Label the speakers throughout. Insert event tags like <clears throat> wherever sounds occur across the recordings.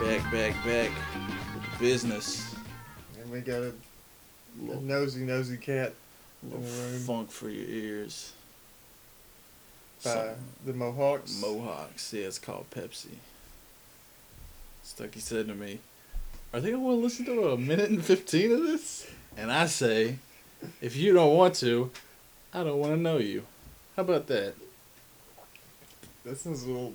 Speaker 1: Back, back, back. Business.
Speaker 2: And we got a, a
Speaker 1: Little-
Speaker 2: nosy, nosy cat
Speaker 1: Little
Speaker 2: in the room
Speaker 1: funk for your ears.
Speaker 2: by
Speaker 1: Something.
Speaker 2: the Mohawks.
Speaker 1: Mohawks. Yeah, it's called Pepsi. Stucky said to me, Are they going to listen to a minute and 15 of this? And I say, If you don't want to, I don't want to know you. How about that?
Speaker 2: that sounds a little.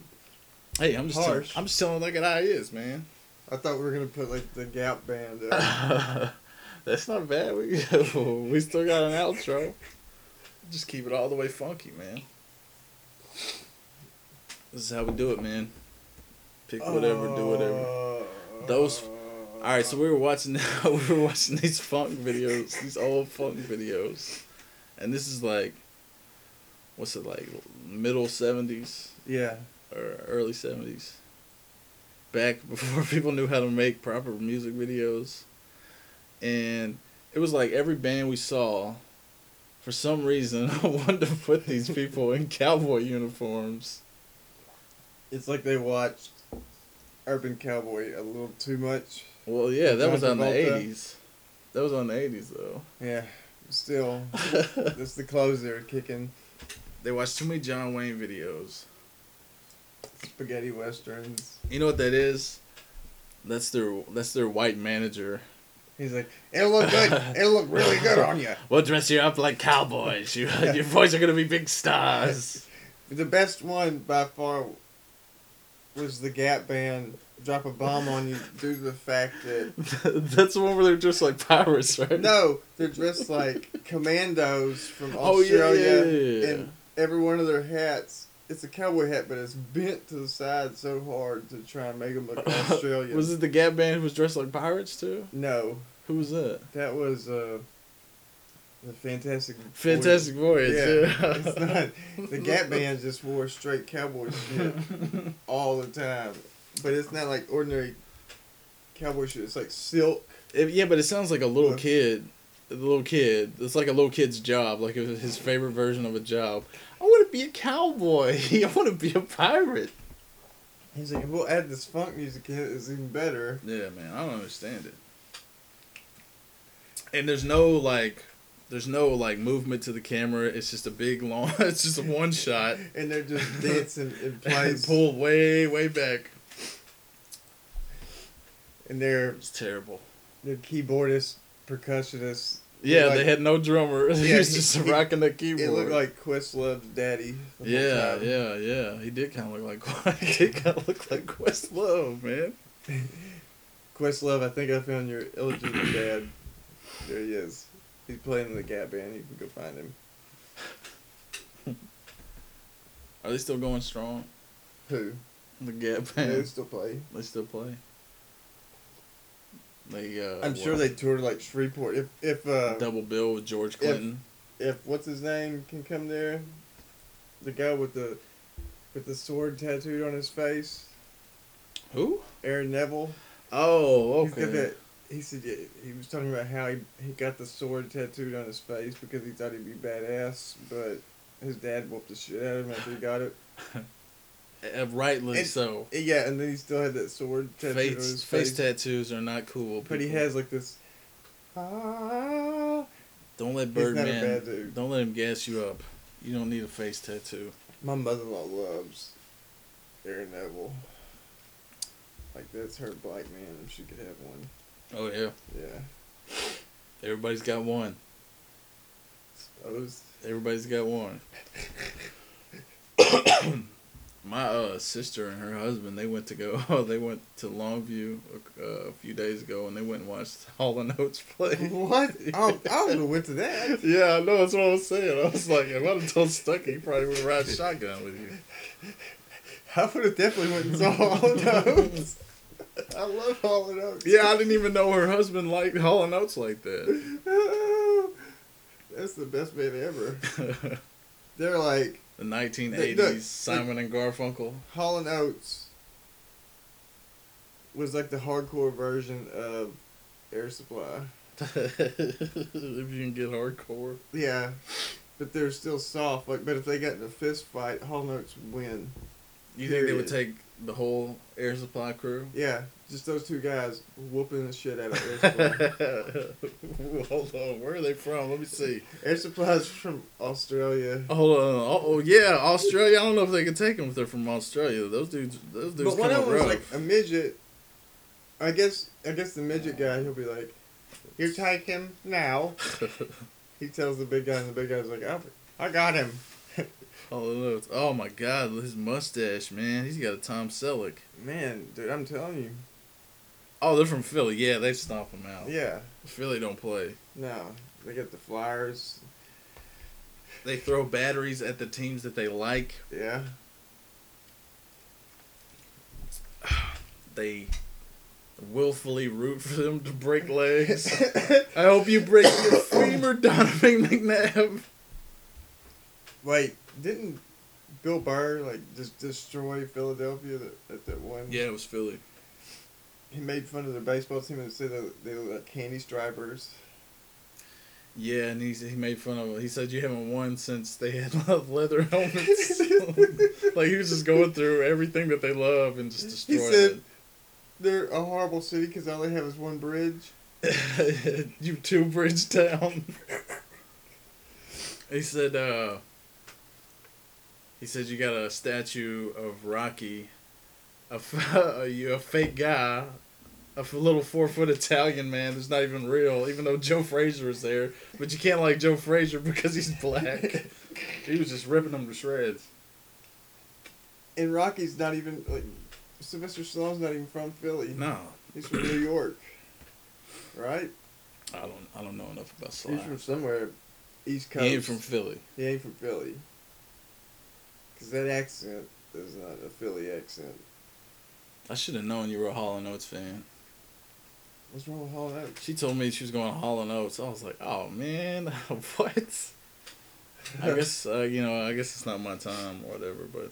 Speaker 1: Hey, I'm just,
Speaker 2: Harsh.
Speaker 1: I'm just telling it like it how it is, man.
Speaker 2: I thought we were gonna put like the Gap band.
Speaker 1: <laughs>
Speaker 2: Up.
Speaker 1: That's not bad. We, <laughs> we still got an outro. Just keep it all the way funky, man. This is how we do it, man. Pick whatever, do whatever. Those-
Speaker 2: All
Speaker 1: All right, so we were watching <laughs> we were watching these funk videos, these old funk videos, and this is like, what's it like, middle seventies
Speaker 2: yeah,
Speaker 1: or early seventies, back <laughs> before people knew how to make proper music videos, and it was like every band we saw, for some reason, <laughs> wanted to put these people in <laughs> cowboy uniforms.
Speaker 2: it's like they watched Urban Cowboy a little too much.
Speaker 1: Well, yeah, that was
Speaker 2: John
Speaker 1: on the
Speaker 2: Travolta.
Speaker 1: eighties. That was on the eighties
Speaker 2: Yeah,
Speaker 1: <laughs>
Speaker 2: still,
Speaker 1: though.
Speaker 2: that's the clothes they were kicking.
Speaker 1: They watch too many John Wayne videos.
Speaker 2: Spaghetti westerns.
Speaker 1: You know what that is? That's their that's their white manager.
Speaker 2: He's like, it'll look good. It'll look really good on you.
Speaker 1: We'll dress you up like cowboys. You, <laughs> your boys are gonna be big stars.
Speaker 2: The best one by far was the Gap Band drop a bomb on you due to the fact that
Speaker 1: <laughs> that's the one where they're dressed like pirates, right?
Speaker 2: no, they're dressed like commandos from
Speaker 1: Oh, yeah,
Speaker 2: Australia,
Speaker 1: yeah, yeah, yeah.
Speaker 2: and every one of their hats. It's a cowboy hat, but it's bent to the side so hard to try and make
Speaker 1: <laughs>
Speaker 2: them look Australian.
Speaker 1: was it the Gap Band who was dressed like pirates too?
Speaker 2: No,
Speaker 1: Who was that?
Speaker 2: that was uh, the Fantastic.
Speaker 1: Fantastic Voyage.
Speaker 2: Yeah,
Speaker 1: Yeah.
Speaker 2: it's
Speaker 1: <laughs>
Speaker 2: not. The Gap Band just wore straight cowboy shit all the time, but it's not like ordinary cowboy shit. It's like silk.
Speaker 1: It- yeah, but it sounds like a little
Speaker 2: What?
Speaker 1: kid. The little kid. It's like a little kid's job. Like it was his favorite version of a job. I want to be a cowboy. <laughs> I want to be a pirate.
Speaker 2: He's like, we'll add this funk music in. It's even better.
Speaker 1: Yeah, man, I don't understand it. And there's no like, there's no like movement to the camera. It's just a big long. <laughs> It's just a one shot.
Speaker 2: And
Speaker 1: <laughs>
Speaker 2: they're just dancing in
Speaker 1: And
Speaker 2: place,
Speaker 1: pulled way way back.
Speaker 2: and their
Speaker 1: It's terrible.
Speaker 2: their keyboardist, percussionist.
Speaker 1: Yeah,
Speaker 2: Like-
Speaker 1: they had no drummer. <laughs> he
Speaker 2: Yeah,
Speaker 1: was
Speaker 2: he-
Speaker 1: just
Speaker 2: he-
Speaker 1: rocking the keyboard.
Speaker 2: It looked like Questlove's daddy. the whole
Speaker 1: Yeah,
Speaker 2: time.
Speaker 1: yeah, yeah. He did kind of look like <laughs> he did kind of look like Questlove, man.
Speaker 2: Questlove, I think I found your illegitimate dad. There he is. He's playing in the Gap Band. You can go find him.
Speaker 1: Are they still going strong?
Speaker 2: Who?
Speaker 1: The Gap
Speaker 2: Yeah, They
Speaker 1: Band.
Speaker 2: still play.
Speaker 1: They still play. They. Uh,
Speaker 2: I'm sure
Speaker 1: what-
Speaker 2: they toured like Shreveport. If if uh,
Speaker 1: double bill with George Clinton.
Speaker 2: if what's his name can come there, the guy with the with the sword tattooed on his face,
Speaker 1: Who?
Speaker 2: Aaron Neville.
Speaker 1: Oh,
Speaker 2: He's got that. He said yeah, he was talking about how he he got the sword tattooed on his face because he thought he'd be badass, but his dad whooped the shit out of him after he got it.
Speaker 1: Uh, rightly
Speaker 2: And-
Speaker 1: so.
Speaker 2: And yeah, and then he still had that sword tattooed on
Speaker 1: Face,
Speaker 2: his
Speaker 1: face
Speaker 2: face.
Speaker 1: tattoos are not cool.
Speaker 2: but he
Speaker 1: people.
Speaker 2: has like this. Ah,
Speaker 1: Don't let
Speaker 2: not a
Speaker 1: Birdman.
Speaker 2: bad dude.
Speaker 1: Don't let him gas you up. You don't need a face tattoo.
Speaker 2: my mother-in-law loves Aaron Neville. Like that's her black man if she could have one.
Speaker 1: Oh yeah.
Speaker 2: Yeah.
Speaker 1: Everybody's got one.
Speaker 2: Supposed.
Speaker 1: Everybody's got
Speaker 2: <coughs>
Speaker 1: one. My uh, sister and her husband, they went to go. <laughs> Oh, they went to Longview a, uh, a few days ago, and they went and watched <laughs> Hall and Oates play.
Speaker 2: <laughs> What?
Speaker 1: <laughs>
Speaker 2: Oh, I would have went to that.
Speaker 1: Yeah, I know. That's what I was saying. I was like, if I'd have told Stucky, he probably would have ride shotgun with you.
Speaker 2: I would have definitely went and saw Hall and Oates. <laughs> I love Hall and Oates.
Speaker 1: Yeah, I didn't even know her husband liked Hall and Oates like that. <laughs>
Speaker 2: Oh, <laughs> that's the best band ever.
Speaker 1: the
Speaker 2: They're like
Speaker 1: 1980s
Speaker 2: Look, look.
Speaker 1: Simon and Garfunkel. <laughs>
Speaker 2: Hall and Oates was like the hardcore version of Air Supply.
Speaker 1: if you can get hardcore.
Speaker 2: Yeah, but they're still soft. Like, but if they got in a fist fight, Hall and Oates would win.
Speaker 1: You think they would take the whole air supply <laughs> crew?
Speaker 2: Yeah, just those two guys whooping the shit out of Air
Speaker 1: <laughs>
Speaker 2: Supply.
Speaker 1: Hold on, where are they from? Let me see.
Speaker 2: Air Supply's from Australia.
Speaker 1: Hold on. Oh, oh, yeah, Australia. I don't know if they can take them if they're from Australia. Those dudes, those dudes
Speaker 2: but one
Speaker 1: come up
Speaker 2: of them was
Speaker 1: rough.
Speaker 2: like a midget. I guess I guess the midget guy he'll be like, "You take him now."
Speaker 1: <laughs>
Speaker 2: He tells the big guy, and the big guy's like, "I, I got him."
Speaker 1: oh, no, it's- oh my God, his mustache, man. He's got a Tom Selleck.
Speaker 2: Man, dude, I'm telling you.
Speaker 1: Oh, they're from Philly. Yeah, they stomp them out.
Speaker 2: Yeah,
Speaker 1: Philly don't play.
Speaker 2: no, they got the Flyers.
Speaker 1: They throw batteries at the teams that they like.
Speaker 2: Yeah, <laughs>
Speaker 1: They willfully root for them to break legs. I hope you break <coughs> your femur, Donovan McNabb.
Speaker 2: like didn't Bill Burr like just destroy Philadelphia that, at that one?
Speaker 1: Yeah, it was Philly.
Speaker 2: he made fun of their baseball team and said that they were like
Speaker 1: <laughs>
Speaker 2: candy stripers.
Speaker 1: Yeah, and he he made fun of him. He said you haven't won since they had <laughs> leather <laughs> helmets.
Speaker 2: <laughs>
Speaker 1: like he was just going through everything that they love and just
Speaker 2: He
Speaker 1: destroying
Speaker 2: said they're a horrible city because all they have is one bridge.
Speaker 1: <laughs> it. you two bridge town. he said uh he said you got a statue of Rocky, a f- <laughs> you a fake guy, a f- little four foot Italian man that's not even real, even though Joe Frazier is there. But you can't like Joe Frazier because he's black. <laughs> He was just ripping them to shreds.
Speaker 2: and Rocky's not even like Sylvester Stallone's not even from Philly.
Speaker 1: No,
Speaker 2: He's from New York, right?
Speaker 1: I don't. I don't know enough about
Speaker 2: He's
Speaker 1: Sly.
Speaker 2: from somewhere, East
Speaker 1: He
Speaker 2: Coast.
Speaker 1: ain't from Philly.
Speaker 2: He ain't from Philly. Cause that accent is not a Philly accent.
Speaker 1: I should have known you were a Hall and Oates fan.
Speaker 2: What's wrong with all that?
Speaker 1: She told me she was going to Hall and Oates. I was like, oh man, <laughs> what? I guess uh, you know. I guess it's not my time or whatever. But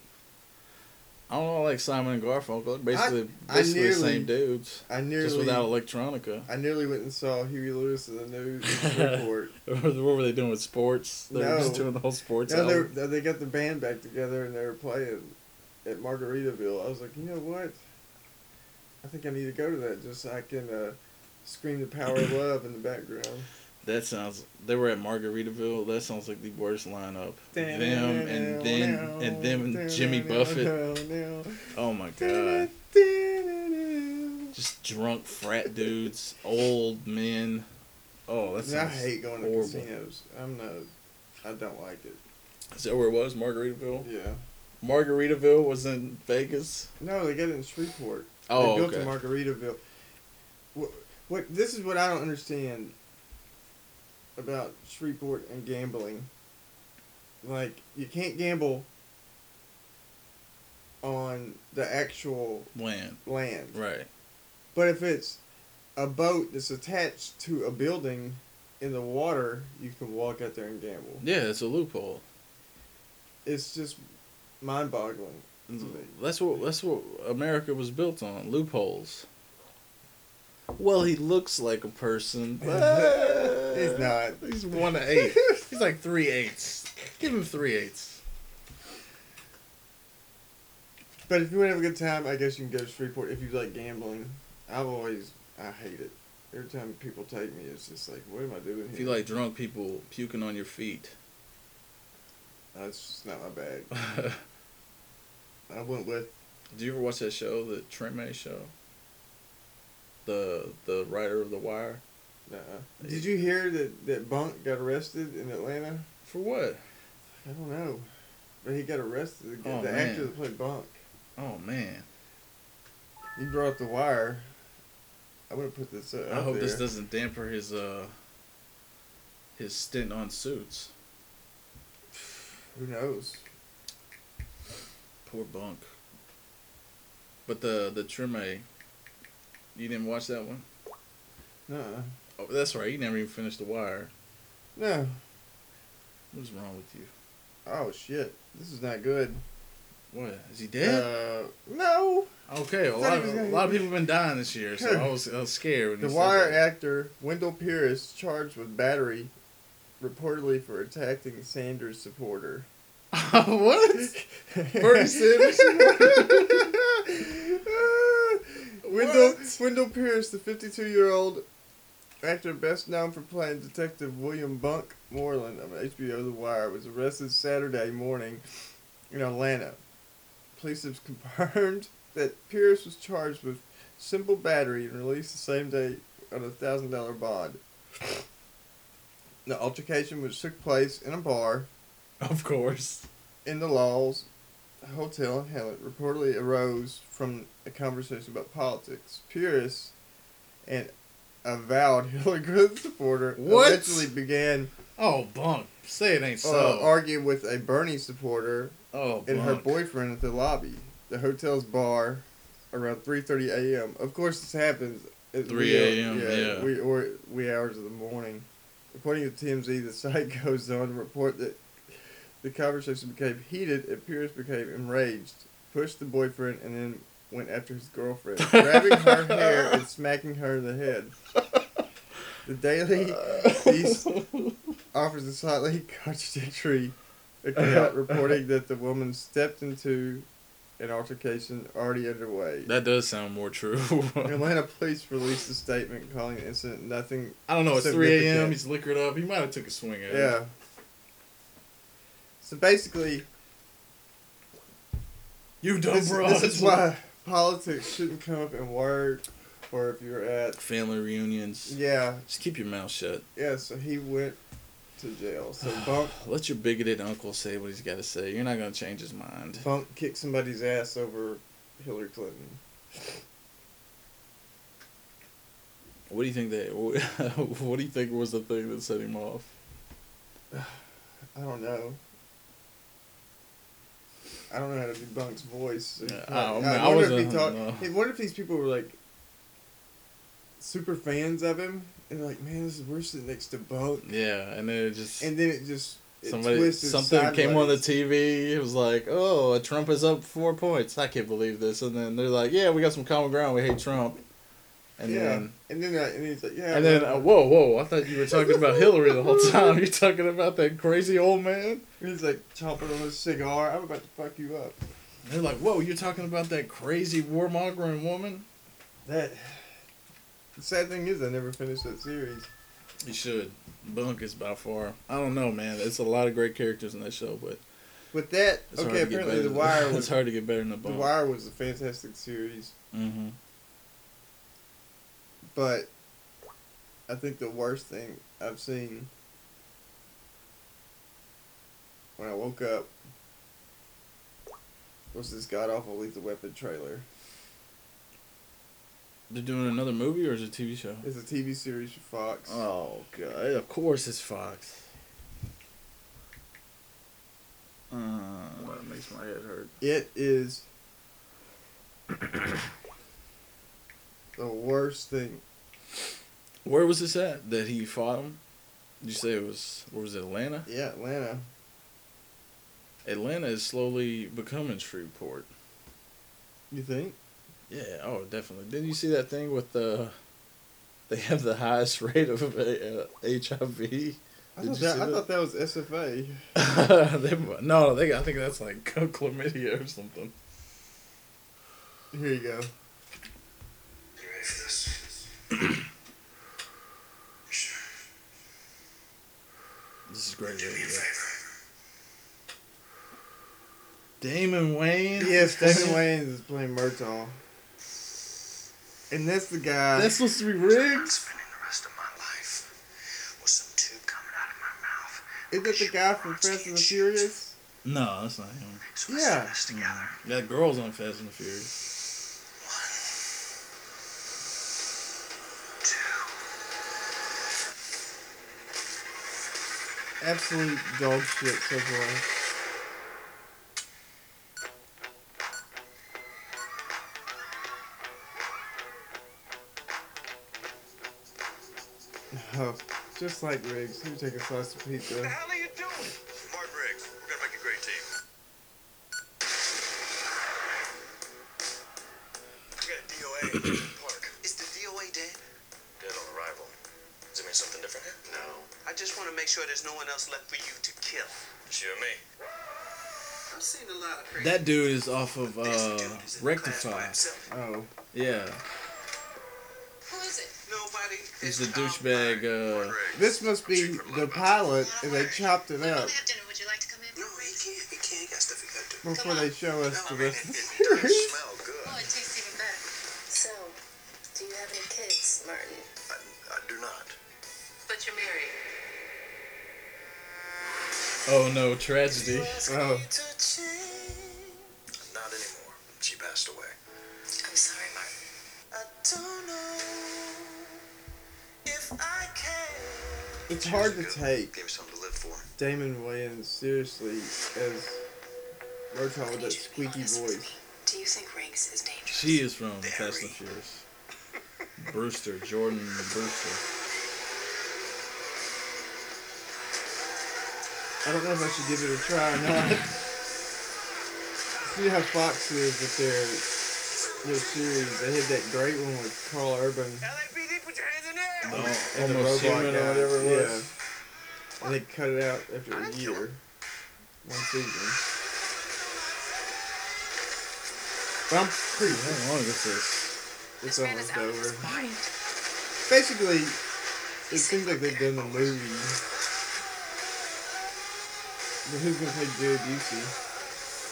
Speaker 1: I don't know. I Like Simon and Garfunkel, they're basically
Speaker 2: I
Speaker 1: basically the
Speaker 2: nearly-
Speaker 1: same dudes,
Speaker 2: <laughs> I nearly,
Speaker 1: just without electronica.
Speaker 2: <laughs>
Speaker 1: <laughs>
Speaker 2: I nearly went and saw Huey Lewis in the news in Freeport.
Speaker 1: what were they doing with sports? They were just
Speaker 2: No.
Speaker 1: doing the whole sports.
Speaker 2: Now
Speaker 1: album.
Speaker 2: they they got the band back together and they were playing at Margaritaville. I was like, you know what? I think I need to go to that just so I can uh, scream the power of love in the background.
Speaker 1: That sounds. They were at Margaritaville. That sounds like the worst lineup. <clears throat> Them and then and them and Jimmy Buffett. Oh my god! Just drunk frat dudes, old men. Oh, that's.
Speaker 2: I hate going to
Speaker 1: horrible.
Speaker 2: casinos. I'm not. I don't like it.
Speaker 1: Is that where it was? Margaritaville.
Speaker 2: Yeah.
Speaker 1: Margaritaville was in Vegas.
Speaker 2: No, they got it in Shreveport.
Speaker 1: Oh,
Speaker 2: they built
Speaker 1: okay.
Speaker 2: to Margaritaville. What, what? This is what I don't understand about Shreveport and gambling. Like you can't gamble on the actual
Speaker 1: Land.
Speaker 2: land,
Speaker 1: Right.
Speaker 2: but if it's a boat that's attached to a building in the water, you can walk out there and gamble.
Speaker 1: Yeah, it's a loophole.
Speaker 2: It's just mind-boggling.
Speaker 1: That's what that's what America was built on loopholes. Well, he looks like a
Speaker 2: <laughs>
Speaker 1: person. but-
Speaker 2: He's not.
Speaker 1: He's one to
Speaker 2: <laughs>
Speaker 1: eight. He's like three eighths. Give him three eighths.
Speaker 2: But if you want to have a good time, I guess you can go to Shreveport if you like gambling. I've always I hate it. Every time people take me, it's just like, what am I doing here?
Speaker 1: If you like drunk people puking on your <laughs> feet,
Speaker 2: that's Uh, just not my bag.
Speaker 1: do
Speaker 2: I went with
Speaker 1: you ever watch that show, the Treme show? The the writer of The Wire.
Speaker 2: Nuh-uh. uh, Did you hear that, that Bunk got arrested in Atlanta?
Speaker 1: For what?
Speaker 2: I don't know. But he got arrested. The,
Speaker 1: Oh,
Speaker 2: the
Speaker 1: man.
Speaker 2: actor that played Bunk.
Speaker 1: Oh man.
Speaker 2: You brought up The Wire. I would have put this up.
Speaker 1: I hope this
Speaker 2: there.
Speaker 1: doesn't damper his uh his stint on suits.
Speaker 2: Who knows?
Speaker 1: Poor bunk. But the the Treme, you didn't watch that one?
Speaker 2: Nuh-uh.
Speaker 1: Oh, that's right. You never even finished The Wire.
Speaker 2: No.
Speaker 1: What's wrong with you?
Speaker 2: Oh, shit. This is not good.
Speaker 1: What is he dead?
Speaker 2: Uh, no.
Speaker 1: okay, a
Speaker 2: thought
Speaker 1: lot,
Speaker 2: he
Speaker 1: of,
Speaker 2: was
Speaker 1: a
Speaker 2: gonna-
Speaker 1: lot of people have been dying this year, so I was, I was scared. When
Speaker 2: The
Speaker 1: he said
Speaker 2: Wire
Speaker 1: that.
Speaker 2: actor Wendell Pierce charged with battery, reportedly for attacking Sanders supporter.
Speaker 1: <laughs>
Speaker 2: <laughs>
Speaker 1: what?
Speaker 2: Bernie
Speaker 1: Sanders?
Speaker 2: <laughs> Wendell,
Speaker 1: What?
Speaker 2: Wendell Pierce, the 52 year old actor best known for playing Detective William Bunk Moreland of HBO The Wire, was arrested Saturday morning in Atlanta. Police have <laughs> confirmed that Pierce was charged with simple battery and released the same day on a $1,000 bond. The altercation, which took place in a bar,
Speaker 1: Of course.
Speaker 2: in the Laws Hotel in Helen reportedly arose from a conversation about politics. Pierce, an avowed <laughs> Hillary Clinton supporter,
Speaker 1: What?
Speaker 2: allegedly began
Speaker 1: Oh, bunk. Say it ain't
Speaker 2: uh,
Speaker 1: so.
Speaker 2: arguing with a Bernie supporter
Speaker 1: oh, bunk.
Speaker 2: and
Speaker 1: <laughs>
Speaker 2: her boyfriend at the lobby, the hotel's bar, around 3:30 a.m. Of course, this happens at
Speaker 1: 3
Speaker 2: wee-
Speaker 1: a.m., yeah.
Speaker 2: we or wee hours of the morning. According to TMZ, the site <laughs> goes on to report that the conversation became heated and Pierce became enraged, pushed the boyfriend, and then went after his
Speaker 1: <laughs>
Speaker 2: girlfriend, grabbing her hair and smacking her in the head. The Daily <laughs>
Speaker 1: <laughs>
Speaker 2: Beast offers a slightly <laughs> contradictory
Speaker 1: <laughs>
Speaker 2: account reporting that the woman stepped into an altercation already underway.
Speaker 1: That does sound more
Speaker 2: <laughs>
Speaker 1: true.
Speaker 2: Atlanta police released a statement calling the incident nothing.
Speaker 1: I don't know. It's three a.m.
Speaker 2: Significant.
Speaker 1: He's liquored up. He might have took a swing at it.
Speaker 2: Yeah. So basically,
Speaker 1: You dumb
Speaker 2: this,
Speaker 1: bro.
Speaker 2: this is why politics shouldn't come up in work or if you're at.
Speaker 1: Family reunions.
Speaker 2: Yeah,
Speaker 1: Just keep your mouth shut.
Speaker 2: yeah, so he went to
Speaker 1: <sighs>
Speaker 2: jail. So Bunk,
Speaker 1: Let your bigoted uncle say what he's got to say. You're not gonna change his mind.
Speaker 2: Bunk kicked somebody's ass over Hillary Clinton.
Speaker 1: What do you think that? <laughs> What do you think was the thing that set him off?
Speaker 2: I don't know. I don't know how to do Bunk's voice. so
Speaker 1: Yeah,
Speaker 2: he
Speaker 1: I
Speaker 2: probably-
Speaker 1: don't know.
Speaker 2: I,
Speaker 1: I
Speaker 2: wonder if he
Speaker 1: wasn't- uh, I
Speaker 2: talked.
Speaker 1: don't know.
Speaker 2: Hey, what if these people were like super fans of him and they're like, man, this is we're sitting next to Bunk,
Speaker 1: Yeah, and then it just
Speaker 2: and then it just it
Speaker 1: somebody
Speaker 2: twisted
Speaker 1: something came on the
Speaker 2: sideways.
Speaker 1: TV. It was like, oh, Trump is up four points. I can't believe this. And then they're like, yeah, we got some common ground. We hate Trump. And
Speaker 2: yeah,
Speaker 1: then
Speaker 2: and then uh, and he's like, yeah,
Speaker 1: And then,
Speaker 2: but-
Speaker 1: uh, whoa, whoa, I thought you were talking about Hillary the whole time. <laughs> You're talking about that crazy old man?
Speaker 2: and he's like chomping on his cigar. I'm about to fuck you up.
Speaker 1: And they're like, whoa, you're talking about that crazy warmongering woman?
Speaker 2: That. The sad thing is, I never finished that series.
Speaker 1: You should. Bunk is by far. I don't know, man. It's a lot of great characters in that show, but
Speaker 2: With that,
Speaker 1: it's hard
Speaker 2: okay,
Speaker 1: to get better.
Speaker 2: apparently the
Speaker 1: than- <laughs>
Speaker 2: wire
Speaker 1: it's
Speaker 2: was
Speaker 1: hard to get better than the
Speaker 2: the
Speaker 1: Bunk.
Speaker 2: wire was a fantastic series.
Speaker 1: hmm
Speaker 2: But I think the worst thing I've seen when I woke up was this god awful Lethal Weapon trailer.
Speaker 1: They're doing another movie or is it a TV show?
Speaker 2: It's a TV series for Fox.
Speaker 1: Oh, God. Of course it's Fox. Uh, that makes my head hurt.
Speaker 2: It is <coughs> the worst thing.
Speaker 1: Where was this at that he fought him? Did you say it was, where was it, Atlanta?
Speaker 2: Yeah, Atlanta.
Speaker 1: Atlanta is slowly becoming Shreveport.
Speaker 2: You think?
Speaker 1: Yeah, oh, definitely. Didn't you see that thing with the? They have the highest <laughs> rate of uh, HIV.
Speaker 2: I,
Speaker 1: Did you
Speaker 2: thought that,
Speaker 1: see
Speaker 2: I
Speaker 1: that?
Speaker 2: thought that was SFA.
Speaker 1: <laughs> they, no, they. I think that's like <laughs> chlamydia or something.
Speaker 2: Here you go.
Speaker 3: You ready for this?
Speaker 1: This is great.
Speaker 3: Do me a
Speaker 1: Radio.
Speaker 3: favor.
Speaker 1: Damon Wayne.
Speaker 2: Yes, <laughs> Damon Wayans is playing Murtaugh. And that's the guy.
Speaker 1: That's supposed to be rigged.
Speaker 3: Spending the rest of my life
Speaker 2: Is that the guy from Fast and the Furious?
Speaker 1: No, that's not him.
Speaker 2: Yeah.
Speaker 3: together.
Speaker 1: You got girls on Fast and the Furious.
Speaker 2: Absolute dog shit so far. Oh, just like Riggs, he would take a slice of
Speaker 3: What the
Speaker 2: pizza.
Speaker 3: hell are you doing? Martin Riggs, we're gonna make a great team. We got a DOA in the park.
Speaker 4: <clears throat> Is the DOA dead?
Speaker 3: Dead on arrival. Does it mean something different? No.
Speaker 4: I just want to make sure there's no one else left for you to kill.
Speaker 3: It's you and me.
Speaker 4: I've seen a lot of crazy.
Speaker 1: That dude is off of
Speaker 4: This
Speaker 1: uh,
Speaker 4: dude is in class by
Speaker 1: Rectify.
Speaker 4: himself.
Speaker 2: Oh,
Speaker 1: Yeah,
Speaker 5: Who is it?
Speaker 4: Nobody.
Speaker 1: he's the
Speaker 4: is
Speaker 1: douchebag.
Speaker 4: out.
Speaker 1: Uh,
Speaker 3: Martin Riggs.
Speaker 2: this must be the pilot, and they chopped it
Speaker 5: We don't
Speaker 2: up
Speaker 5: have dinner. Would you like to come in?
Speaker 4: No, he can't. He can't. He got stuff he got to do.
Speaker 2: before they show us the
Speaker 4: No, I mean,
Speaker 2: rest of
Speaker 4: it,
Speaker 2: the
Speaker 4: it does
Speaker 2: series.
Speaker 4: smell good.
Speaker 5: Oh, it tastes even better.
Speaker 6: So, do you have any kids, Martin?
Speaker 3: I, I do not.
Speaker 5: But you're married.
Speaker 1: oh no, tragedy.
Speaker 2: Oh,
Speaker 3: Not anymore. She passed away.
Speaker 6: I'm sorry, Martin.
Speaker 2: it's hard to
Speaker 3: Good.
Speaker 2: take
Speaker 3: Gave me something to live for.
Speaker 2: Damon Wayans seriously as Murtaugh with that
Speaker 6: Need you to be
Speaker 2: squeaky
Speaker 6: honest with
Speaker 2: voice.
Speaker 6: me. Do you think Riggs is dangerous?
Speaker 1: She is from Fast and Furious. Brewster, Jordan Brewster.
Speaker 2: I don't know if I should give it a try or not. See how Fox is with their their series. They had that great one with Carl Urban
Speaker 4: LAPD, put your hands in there.
Speaker 1: No,
Speaker 2: and the
Speaker 1: almost
Speaker 2: robot
Speaker 1: human
Speaker 2: guy.
Speaker 1: or whatever it was.
Speaker 2: Yeah. And they cut it out after
Speaker 4: I
Speaker 2: a
Speaker 4: didn't kill
Speaker 2: year, one season. But I'm pretty.
Speaker 1: How long is this?
Speaker 2: It's
Speaker 5: This man is
Speaker 2: almost
Speaker 5: out of his
Speaker 2: over.
Speaker 5: mind.
Speaker 2: Basically, it seems like they've done the movie. But who's gonna play Jared Busey?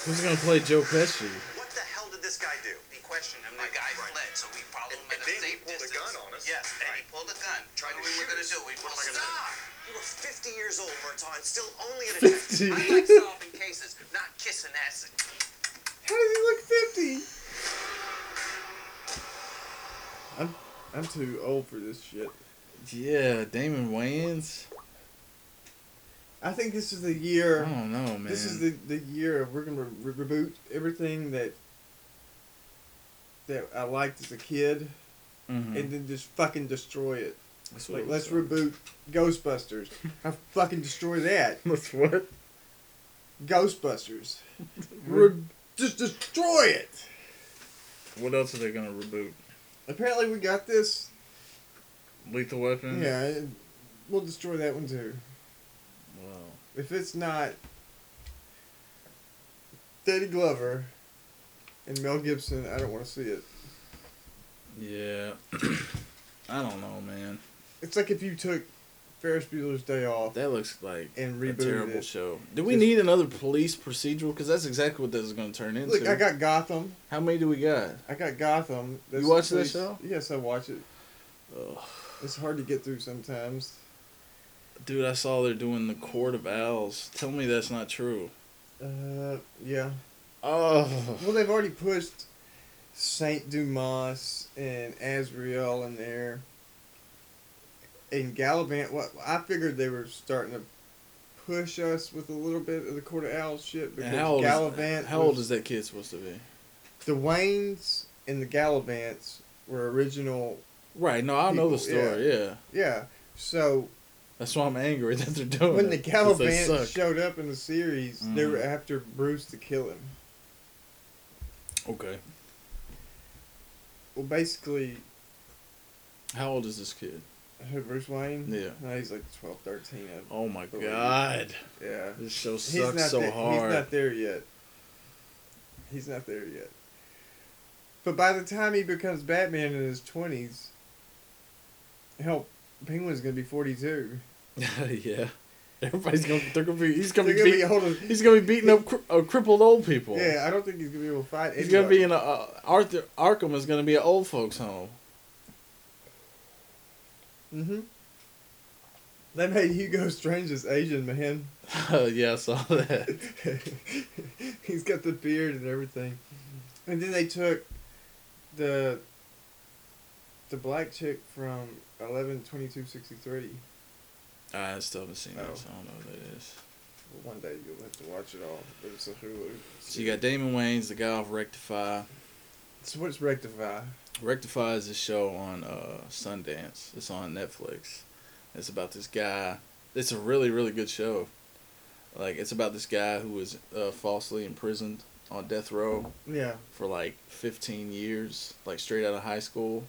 Speaker 1: Who's gonna play Joe Pesci?
Speaker 3: What the hell did this guy do?
Speaker 4: He questioned him. The guy fled, so we followed him
Speaker 3: And- and
Speaker 4: at
Speaker 3: then
Speaker 4: a
Speaker 3: he
Speaker 4: safe
Speaker 3: pulled a
Speaker 4: distance.
Speaker 3: gun on us.
Speaker 4: Yes, and he
Speaker 3: Right.
Speaker 4: pulled a gun.
Speaker 3: Tried to
Speaker 4: What we
Speaker 3: shoot
Speaker 4: were gonna
Speaker 3: us.
Speaker 4: do? We
Speaker 3: What am I gonna do?
Speaker 4: pulled stop.
Speaker 7: You were 50 years old, Murtaugh, and still only an adult.
Speaker 1: Fifty.
Speaker 4: I like solving cases, not kissing ass.
Speaker 2: How does he look fifty? I'm I'm too old for this shit.
Speaker 1: yeah, Damon Wayans.
Speaker 2: I think this is the
Speaker 1: I
Speaker 2: year.
Speaker 1: don't know, Oh, man.
Speaker 2: This is the, the year of we're gonna re- reboot everything that that I liked as a kid,
Speaker 1: Mhm.
Speaker 2: and then just fucking destroy it.
Speaker 1: That's what
Speaker 2: Like
Speaker 1: it
Speaker 2: let's
Speaker 1: was.
Speaker 2: reboot Ghostbusters. I fucking destroy that.
Speaker 1: <laughs> Let's what? <laughs>
Speaker 2: Ghostbusters. Re- just destroy it.
Speaker 1: What else are they gonna reboot?
Speaker 2: Apparently, we got this.
Speaker 1: Lethal Weapon.
Speaker 2: Yeah, it- we'll destroy that one too.
Speaker 1: Wow.
Speaker 2: If it's not Daddy Glover and Mel Gibson, I don't want to see it.
Speaker 1: Yeah. <clears throat> I don't know, man.
Speaker 2: It's like if you took Ferris Bueller's Day Off
Speaker 1: That looks like
Speaker 2: and
Speaker 1: a
Speaker 2: rebooted
Speaker 1: terrible
Speaker 2: it.
Speaker 1: show. Do we
Speaker 2: Just-
Speaker 1: need another police procedural? Because that's exactly what this is going to turn into.
Speaker 2: Look, I got Gotham.
Speaker 1: How many do we got?
Speaker 2: I got Gotham.
Speaker 1: You watch that
Speaker 2: police-
Speaker 1: show?
Speaker 2: Yes, I watch it.
Speaker 1: Ugh.
Speaker 2: It's hard to get through sometimes.
Speaker 1: Dude, I saw they're doing the Court of Owls. Tell me that's not true.
Speaker 2: Uh, yeah.
Speaker 1: Oh,
Speaker 2: Well, they've already pushed Saint Dumas and Asriel in there. And Gallivant, what I figured they were starting to push us with a little bit of the Court of Owls shit because
Speaker 1: and how old,
Speaker 2: Gallivant,
Speaker 1: is, how old
Speaker 2: was-
Speaker 1: is that kid supposed to be?
Speaker 2: the Waynes and the Gallivants were original?
Speaker 1: Right, no, I know the
Speaker 2: People, yeah.
Speaker 1: story, yeah.
Speaker 2: Yeah, so
Speaker 1: That's why I'm angry <laughs> that they're doing
Speaker 2: when the
Speaker 1: it, 'cause Oh, they
Speaker 2: Gallivants
Speaker 1: suck.
Speaker 2: showed up in the series, they
Speaker 1: Mhm.
Speaker 2: were after Bruce to kill him.
Speaker 1: Okay.
Speaker 2: Well, basically,
Speaker 1: How old is this kid?
Speaker 2: who, Bruce Wayne?
Speaker 1: Yeah.
Speaker 2: no, he's like 12, 13. I-
Speaker 1: Oh my
Speaker 2: Believe it.
Speaker 1: god.
Speaker 2: Yeah.
Speaker 1: This show
Speaker 2: He's
Speaker 1: sucks
Speaker 2: not
Speaker 1: so
Speaker 2: there-
Speaker 1: hard.
Speaker 2: He's not there yet. He's not there yet. But by the time he becomes Batman in his twenties, hell, Penguin's gonna be forty-two.
Speaker 1: <laughs> yeah. Everybody's gonna, they're gonna be, he's gonna
Speaker 2: They're
Speaker 1: be,
Speaker 2: gonna be
Speaker 1: beat-
Speaker 2: holding.
Speaker 1: he's gonna be beating up cri- uh, crippled old people.
Speaker 2: Yeah, I don't think he's gonna be able to fight.
Speaker 1: He's gonna be
Speaker 2: anybody.
Speaker 1: in a uh, Arthur Arkham is gonna be an old folks home.
Speaker 2: Mhm. They made Mm-hmm. Hugo Strange's Asian man. <laughs>
Speaker 1: Oh <laughs> yeah, I saw that.
Speaker 2: He's got the beard and everything. And then they took the the black chick from eleven twenty two sixty three.
Speaker 1: I still haven't seen
Speaker 2: Oh.
Speaker 1: that, so I don't know what that is.
Speaker 2: One day you'll have to watch it all. But it's a Hulu.
Speaker 1: So you got Damon Wayans, the guy off Rectify.
Speaker 2: So what's Rectify?
Speaker 1: Rectify is a show on uh, Sundance. It's on Netflix. It's about this guy. It's a really, really good show. Like, it's about this guy who was uh, falsely imprisoned on death row
Speaker 2: Yeah.
Speaker 1: for like 15 years, like straight out of high school.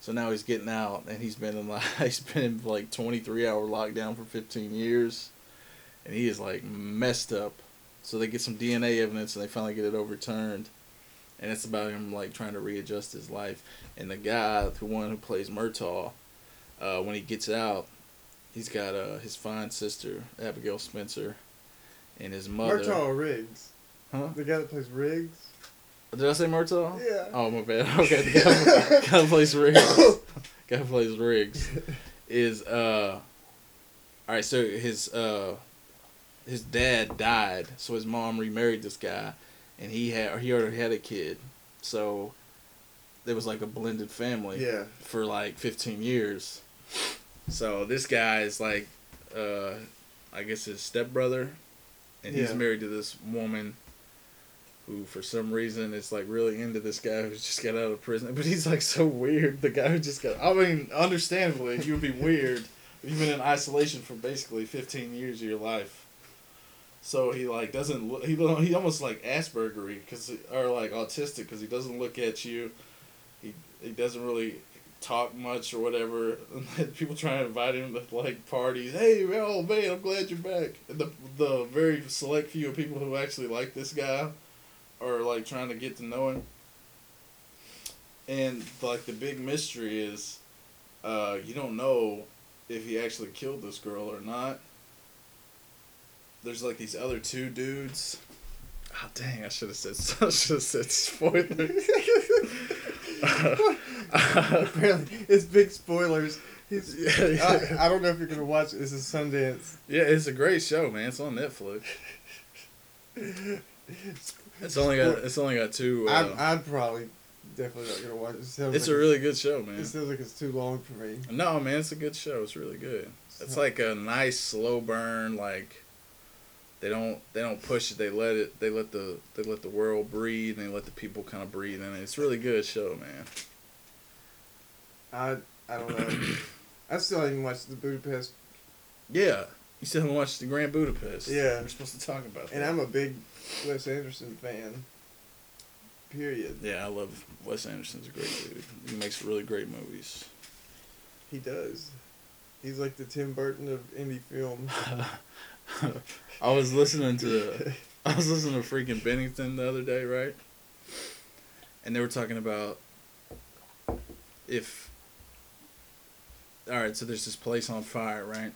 Speaker 1: So now he's getting out, and he's been in <laughs> like he's been in like 23 hour lockdown for 15 years, and he is like messed up. So they get some DNA evidence, and they finally get it overturned, and it's about him like trying to readjust his life. And the guy, the one who plays Murtaugh, uh, when he gets out, he's got uh, his fine sister Abigail Spencer, and his mother.
Speaker 2: Murtaugh Riggs.
Speaker 1: Huh?
Speaker 2: The guy that plays Riggs.
Speaker 1: <laughs> Did I say Murtaugh?
Speaker 2: Yeah.
Speaker 1: Oh my bad. <laughs> Okay, the guy, guy who <laughs> plays Riggs. <coughs> guy who plays Riggs is uh. All right, so his uh, his dad died, so his mom remarried this guy, and he had or he already had a kid, so there was like a blended family
Speaker 2: Yeah.
Speaker 1: for like 15 years. So this guy is like, uh, I guess his stepbrother, and he's
Speaker 2: Yeah.
Speaker 1: married to this woman who, for some reason, is like really into this guy who's just got out of prison. <laughs> But he's like so weird. The guy who just got, I mean, understandably, you would be weird. You've been in isolation for basically 15 years of your life. So he like doesn't look, he don't- he almost like Aspergery cuz or like autistic cuz he doesn't look at you. He he doesn't really talk much or whatever. <laughs> And people try and invite him to like parties. Hey, man, oh man, I'm glad you're back. And the the very select few of people who actually like this guy are like trying to get to know him. And like the big mystery is, uh, you don't know if he actually killed this girl or not. There's like these other two dudes. Oh dang! I should have said <laughs> I should have said
Speaker 2: <laughs>
Speaker 1: spoilers.
Speaker 2: Apparently, it's big spoilers. He's,
Speaker 1: Yeah, <laughs> yeah.
Speaker 2: I, I don't know if you're gonna watch. it. This is Sundance.
Speaker 1: Yeah, it's a great show, man. It's on Netflix. It's only got it's only got two. Uh,
Speaker 2: I'm, I'm probably definitely not gonna watch it. it. sounds
Speaker 1: it's
Speaker 2: like
Speaker 1: a really good show, man.
Speaker 2: It sounds like it's too long for me.
Speaker 1: No, man, it's a good show. It's really good. It's like a nice slow burn. Like they don't they don't push it. They let it. They let the they let the world breathe. and They let the people kind of breathe in it. It's a really good show, man.
Speaker 2: I I don't
Speaker 1: <coughs>
Speaker 2: know. I still haven't even watched the Budapest,
Speaker 1: Yeah, you still haven't watched the Grand Budapest.
Speaker 2: Yeah.
Speaker 1: we're supposed to talk about that.
Speaker 2: and I'm a big Wes Anderson fan. Period.
Speaker 1: yeah, I love Wes Anderson's a great dude. He makes really great movies.
Speaker 2: He does. He's like the Tim Burton of indie
Speaker 1: <laughs>
Speaker 2: film.
Speaker 1: I was listening to I was listening to freaking Bennington the other day, right? And they were talking about if all right, so there's this place on fire, right?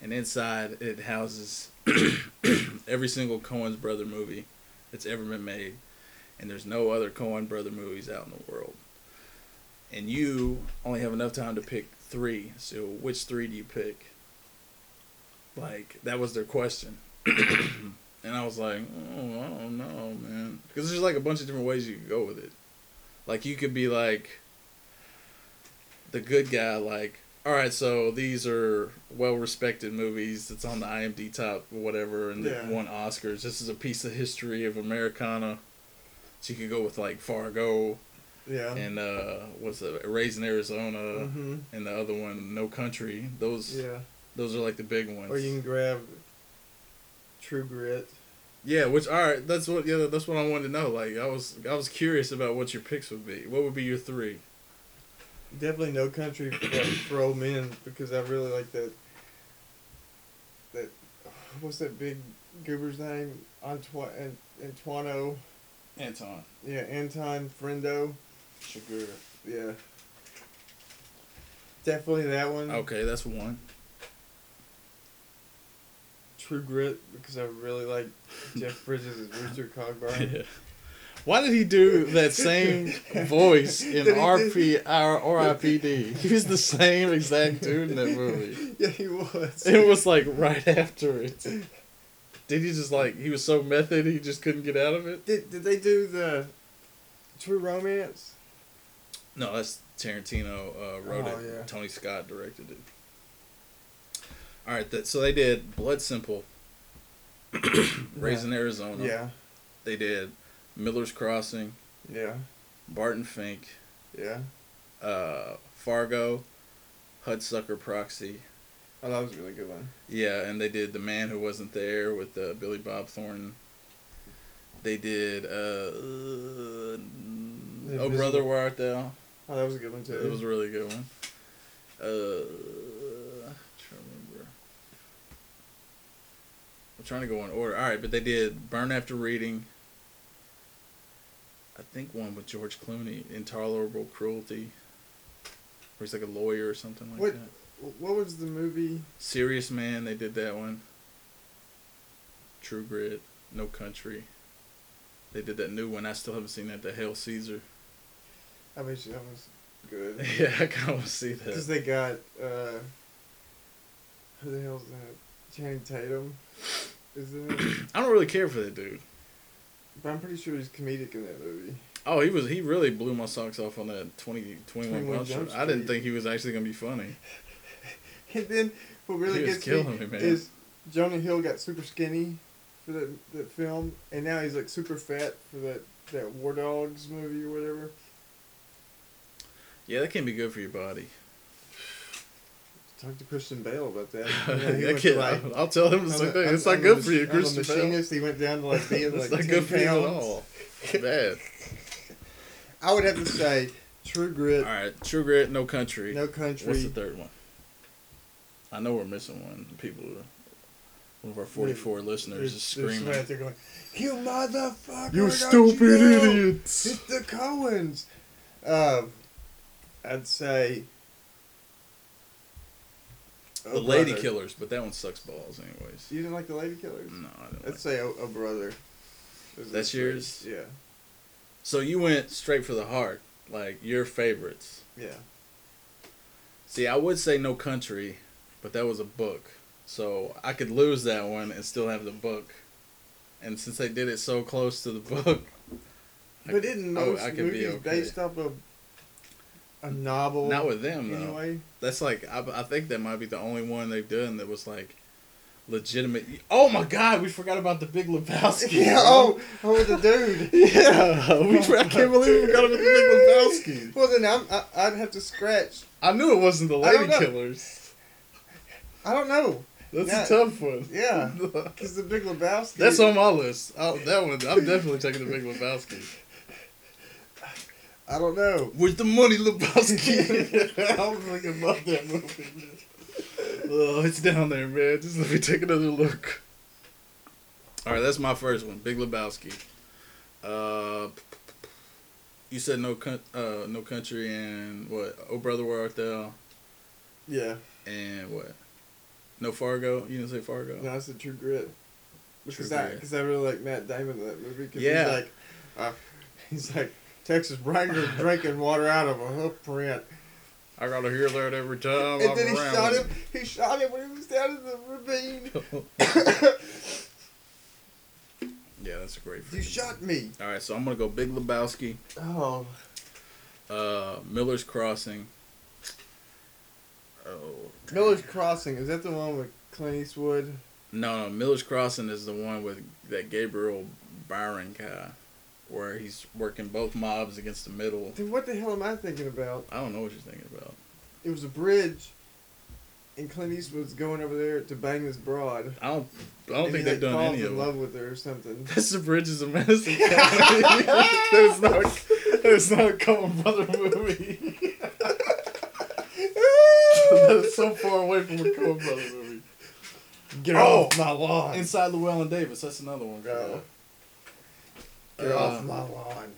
Speaker 1: And inside it houses <clears throat> every single Coen's brother movie that's ever been made, and there's no other Coen brother movies out in the world. And you only have enough time to pick three. So which three do you pick? Like that was their question, <coughs> and I was like, oh, I don't know, man, because there's like a bunch of different ways you could go with it. Like you could be like the good guy, like, all right, so these are well-respected movies that's on the IMDb top, whatever, and
Speaker 2: Yeah.
Speaker 1: they won Oscars. This is a piece of history of Americana. So you could go with like Fargo
Speaker 2: Yeah.
Speaker 1: and uh, what's the Raising Arizona
Speaker 2: hmm
Speaker 1: and the other one No Country. Those
Speaker 2: Yeah.
Speaker 1: those are like the big ones.
Speaker 2: Or you can grab True Grit.
Speaker 1: Yeah, which all right, that's what yeah, that's what I wanted to know. Like I was I was curious about what your picks would be. What would be your three?
Speaker 2: Definitely no country for, <coughs> for old men because I really like that. That what's that big goober's name? Antoine and Antoino.
Speaker 1: Anton
Speaker 2: Yeah, Anton Friendo.
Speaker 1: Sugar.
Speaker 2: Yeah. Definitely that one.
Speaker 1: Okay, that's one. <laughs>
Speaker 2: True Grit because I really like Jeff Bridges' Rooster Cogburn.
Speaker 1: Yeah. <laughs> Why did he do
Speaker 2: <laughs>
Speaker 1: that same voice in
Speaker 2: Did he do-
Speaker 1: RP or RIPD? He was the same exact dude in that movie.
Speaker 2: <laughs> Yeah, he was.
Speaker 1: It was like right after it. Did he just like he was so method he just couldn't get out of it?
Speaker 2: <laughs> Did, did they do the True Romance?
Speaker 1: No, that's Tarantino uh, wrote
Speaker 2: Oh,
Speaker 1: it.
Speaker 2: yeah.
Speaker 1: Tony Scott directed it. All right, that, so they did Blood Simple, Raising Arizona.
Speaker 2: Yeah,
Speaker 1: They did Miller's Crossing,
Speaker 2: yeah,
Speaker 1: Barton Fink,
Speaker 2: yeah.
Speaker 1: uh, Fargo, Hudsucker Proxy.
Speaker 2: Oh, that was a really good one.
Speaker 1: Yeah, and they did The Man Who Wasn't There with uh, Billy Bob Thornton. They did uh, uh, Oh
Speaker 2: Invisible-
Speaker 1: Brother Where Art Thou?
Speaker 2: Oh, that was a good one too.
Speaker 1: It was a really good one. Uh, I'm trying to remember. I'm trying to go in order. All right, but they did Burn After Reading. I think one with George Clooney, Intolerable Cruelty. Where he's like a lawyer or something like
Speaker 2: What-
Speaker 1: that.
Speaker 2: what was the movie?
Speaker 1: Serious Man, they did that one. True Grit, No Country. They did that new one. I still haven't seen that. The Hail Caesar. <laughs>
Speaker 2: I bet you that was good.
Speaker 1: yeah, I kind of want to see
Speaker 2: Because
Speaker 1: that.
Speaker 2: they got uh, who the hell's that? Channing Tatum, isn't it?
Speaker 1: I don't really care for that dude.
Speaker 2: but I'm pretty sure he's comedic in that movie.
Speaker 1: Oh, he was. He really blew my socks off on that 20, 21
Speaker 2: 21
Speaker 1: Jump
Speaker 2: Jump
Speaker 1: Street. I didn't
Speaker 2: Street.
Speaker 1: think he was actually gonna be funny.
Speaker 2: <laughs> And then what really
Speaker 1: He was
Speaker 2: gets
Speaker 1: killing
Speaker 2: me,
Speaker 1: me, man.
Speaker 2: is Jonah Hill got super skinny for that, that film, and now he's like super fat for that, that War Dogs movie or whatever.
Speaker 1: Yeah, that can't be good for your body.
Speaker 2: Talked to Christian Bale
Speaker 1: <laughs>
Speaker 2: about that. You know, he
Speaker 1: that
Speaker 2: went to,
Speaker 1: kid,
Speaker 2: like-
Speaker 1: I'll, I'll tell him the
Speaker 2: I'm
Speaker 1: same
Speaker 2: a-
Speaker 1: thing.
Speaker 2: I'm-
Speaker 1: It's not
Speaker 2: I'm a
Speaker 1: good
Speaker 2: mach-
Speaker 1: for you,
Speaker 2: I'm a
Speaker 1: Christian Bale.
Speaker 2: machinist. He went down to like being like
Speaker 1: It's not
Speaker 2: 10
Speaker 1: good for you at
Speaker 2: pounds. <laughs>
Speaker 1: all. Bad.
Speaker 2: I would have to say, True
Speaker 1: All
Speaker 2: Grit,
Speaker 1: right, True Grit, No Country.
Speaker 2: No Country.
Speaker 1: What's the third one? I know we're missing one. People, are, one of our forty-four listeners is
Speaker 2: There's- there's
Speaker 1: screaming.
Speaker 2: somebody out there Oh going, "You motherfucker!
Speaker 1: You
Speaker 2: don't
Speaker 1: stupid
Speaker 2: know?
Speaker 1: idiots!
Speaker 2: It's the Coens." Um, I'd say
Speaker 1: The
Speaker 2: Oh,
Speaker 1: Lady
Speaker 2: Brother.
Speaker 1: Killers, but that one sucks balls, anyways.
Speaker 2: You didn't like the Lady Killers?
Speaker 1: No, I don't.
Speaker 2: I'd
Speaker 1: Like.
Speaker 2: say, "Oh, oh brother." Is
Speaker 1: Mm. That's
Speaker 2: it-
Speaker 1: yours?
Speaker 2: Yeah,
Speaker 1: So you went straight for the heart, like your favorites.
Speaker 2: yeah.
Speaker 1: See, I would say No Country, but that was a book, so I could lose that one and still have the book. And since they did it so close to the book, <laughs> I- oh,
Speaker 2: But isn't
Speaker 1: I- I
Speaker 2: most
Speaker 1: could be
Speaker 2: movies
Speaker 1: okay.
Speaker 2: based off of a novel?
Speaker 1: not with them though. <laughs>
Speaker 2: anyway. <laughs>
Speaker 1: That's like I, I think that might be the only one they've done that was like legitimate. Oh my God, we forgot about the Big Lebowski. <laughs>
Speaker 2: Yeah.
Speaker 1: bro.
Speaker 2: Oh, oh, the dude.
Speaker 1: yeah. <laughs> We, <laughs> I can't believe we forgot about the Big Lebowski.
Speaker 2: Well, then I'm, I, I'd have to scratch.
Speaker 1: I knew it wasn't the
Speaker 2: I don't
Speaker 1: Lady
Speaker 2: know.
Speaker 1: Killers.
Speaker 2: I don't know.
Speaker 1: That's
Speaker 2: Yeah.
Speaker 1: a tough one. <laughs>
Speaker 2: Yeah, because the Big Lebowski.
Speaker 1: That's on my list. I, that one, I'm definitely taking the Big Lebowski.
Speaker 2: I don't know.
Speaker 1: With the money, Lebowski? I freaking love that movie. man. <laughs> Oh, it's down there, man. Just let me take another look. All right, that's my first one, Big Lebowski. Uh, you said no, Coun- uh, no country, and what? Oh, brother, where art thou?
Speaker 2: Yeah.
Speaker 1: And what? No Fargo. You didn't say Fargo.
Speaker 2: No, it's a True Grit. Because
Speaker 1: True
Speaker 2: I,
Speaker 1: Grit.
Speaker 2: because I really like Matt Damon in that movie. Cause
Speaker 1: Yeah.
Speaker 2: He's like, uh, he's like Texas
Speaker 1: <laughs>
Speaker 2: Ranger drinking water out of a hoof print,
Speaker 1: I gotta hear that every time.
Speaker 2: and
Speaker 1: I'm
Speaker 2: then he
Speaker 1: around.
Speaker 2: shot him. He shot him when he was down in the
Speaker 1: <laughs>
Speaker 2: ravine.
Speaker 1: Yeah, that's a great.
Speaker 2: you
Speaker 1: freaking-
Speaker 2: shot me.
Speaker 1: All right, so I'm gonna go Big Lebowski.
Speaker 2: Oh,
Speaker 1: uh, Miller's Crossing. Oh
Speaker 2: Miller's Crossing is that the one with Clint Eastwood?
Speaker 1: no, no, Miller's Crossing is the one with that Gabriel Byron guy, where he's working both mobs against the middle.
Speaker 2: Then what the hell am I thinking about?
Speaker 1: I don't know what you're thinking about.
Speaker 2: It was a bridge, and Clint Eastwood's going over there to bang this broad.
Speaker 1: I don't. I don't
Speaker 2: and
Speaker 1: think
Speaker 2: he,
Speaker 1: they've done
Speaker 2: like, falls
Speaker 1: any
Speaker 2: in
Speaker 1: of them.
Speaker 2: love with her or <laughs>
Speaker 1: <laughs>
Speaker 2: something.
Speaker 1: That's the Bridges of Madison County. <laughs> that's not. That's not a Coen Brother movie. that's so far away from a Coen Brother movie.
Speaker 2: Get
Speaker 1: Oh!
Speaker 2: my lawn!
Speaker 1: Inside Llewellyn Davis. That's another one.
Speaker 2: Go. Get
Speaker 1: Uh,
Speaker 2: off my lawn.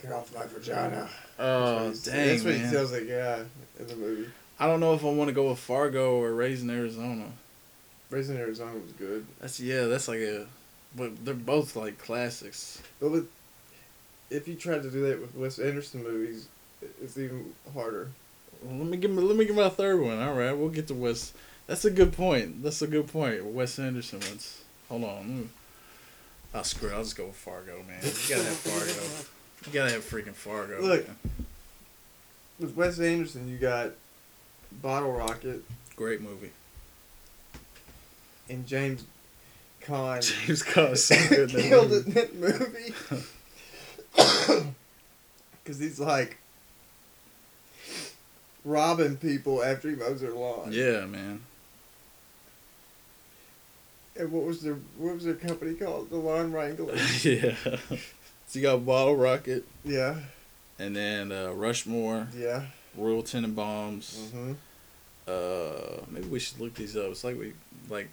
Speaker 2: Get off my vagina.
Speaker 1: Oh
Speaker 2: That's what he-
Speaker 1: dang
Speaker 2: um, That's what
Speaker 1: man.
Speaker 2: he tells that guy in the movie.
Speaker 1: I don't know if I want to go with Fargo or Raising Arizona.
Speaker 2: Raising Arizona was good.
Speaker 1: That's yeah, that's like a But they're both like classics.
Speaker 2: But with, if you tried to do that with Wes Anderson movies, it- it's even harder.
Speaker 1: Well, let me give my, let me give my third one. All right, we'll get to Wes. That's a good point. That's a good point. Wes Anderson ones. Hold on. Let me, oh screw it. I'll just go with Fargo, man. You gotta have Fargo. You gotta have freaking Fargo.
Speaker 2: Look.
Speaker 1: man.
Speaker 2: With Wes Anderson, you got Bottle Rocket
Speaker 1: great movie.
Speaker 2: and James Caan
Speaker 1: James Caan is so good. in that
Speaker 2: <laughs> killed
Speaker 1: movie.
Speaker 2: it in that
Speaker 1: <laughs>
Speaker 2: movie. Because he's like robbing people after he mows their lawn.
Speaker 1: Yeah, man. <laughs>
Speaker 2: And what was their what was their company called? The
Speaker 1: <laughs>
Speaker 2: Lawn Wranglers.
Speaker 1: yeah. So you got Bottle Rocket,
Speaker 2: yeah.
Speaker 1: and then uh, Rushmore,
Speaker 2: Yeah.
Speaker 1: Royal Tenenbaums.
Speaker 2: Mm-hmm.
Speaker 1: Uh, maybe we should look these up. It's like we like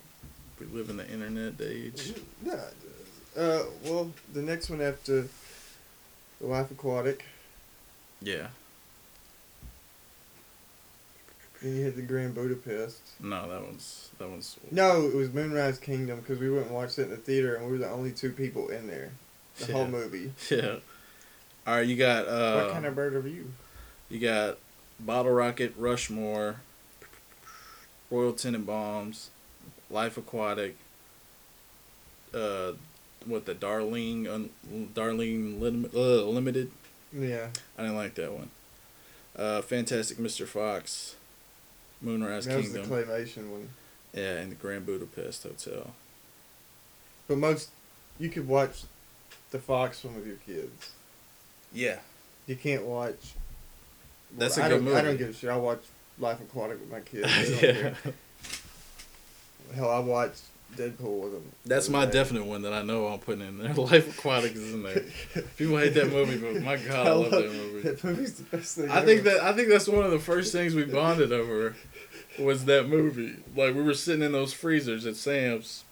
Speaker 1: we live in the internet age.
Speaker 2: No, uh, well, the next one after The Life Aquatic,
Speaker 1: Yeah.
Speaker 2: then you had The Grand Budapest.
Speaker 1: No, that one's that one's.
Speaker 2: No, it was Moonrise Kingdom because we went and watched it in the theater and we were the only two people in there the whole
Speaker 1: Yeah.
Speaker 2: movie.
Speaker 1: <laughs> Yeah. All right, you got uh,
Speaker 2: what kind of bird are you?
Speaker 1: you got Bottle Rocket, Rushmore, Royal Tenenbaums, Life Aquatic. Uh, what the Darling un, Darling Lim, uh, Limited?
Speaker 2: Yeah.
Speaker 1: I didn't like that one. Uh, Fantastic Mr. Fox, Moonrise
Speaker 2: that was the
Speaker 1: Kingdom.
Speaker 2: claymation one.
Speaker 1: Yeah, and the Grand Budapest Hotel.
Speaker 2: But most, you could watch the Fox one with your kids.
Speaker 1: <laughs> Yeah.
Speaker 2: You can't watch.
Speaker 1: That's a
Speaker 2: I
Speaker 1: good
Speaker 2: don't, I don't
Speaker 1: movie.
Speaker 2: give a shit. I watch Life Aquatic with
Speaker 1: <laughs>
Speaker 2: my kids. They don't
Speaker 1: yeah.
Speaker 2: care. Hell, I watched Deadpool with them.
Speaker 1: That's
Speaker 2: the
Speaker 1: my
Speaker 2: other <laughs> day.
Speaker 1: definite one that I know I'm putting in there. <laughs> Life Aquatic is in <laughs> there. People hate that movie, but my God, I love that movie.
Speaker 2: That movie's the best thing.
Speaker 1: I think that I think that's one of the first things we bonded over was that movie. Like we were sitting in those freezers at Sam's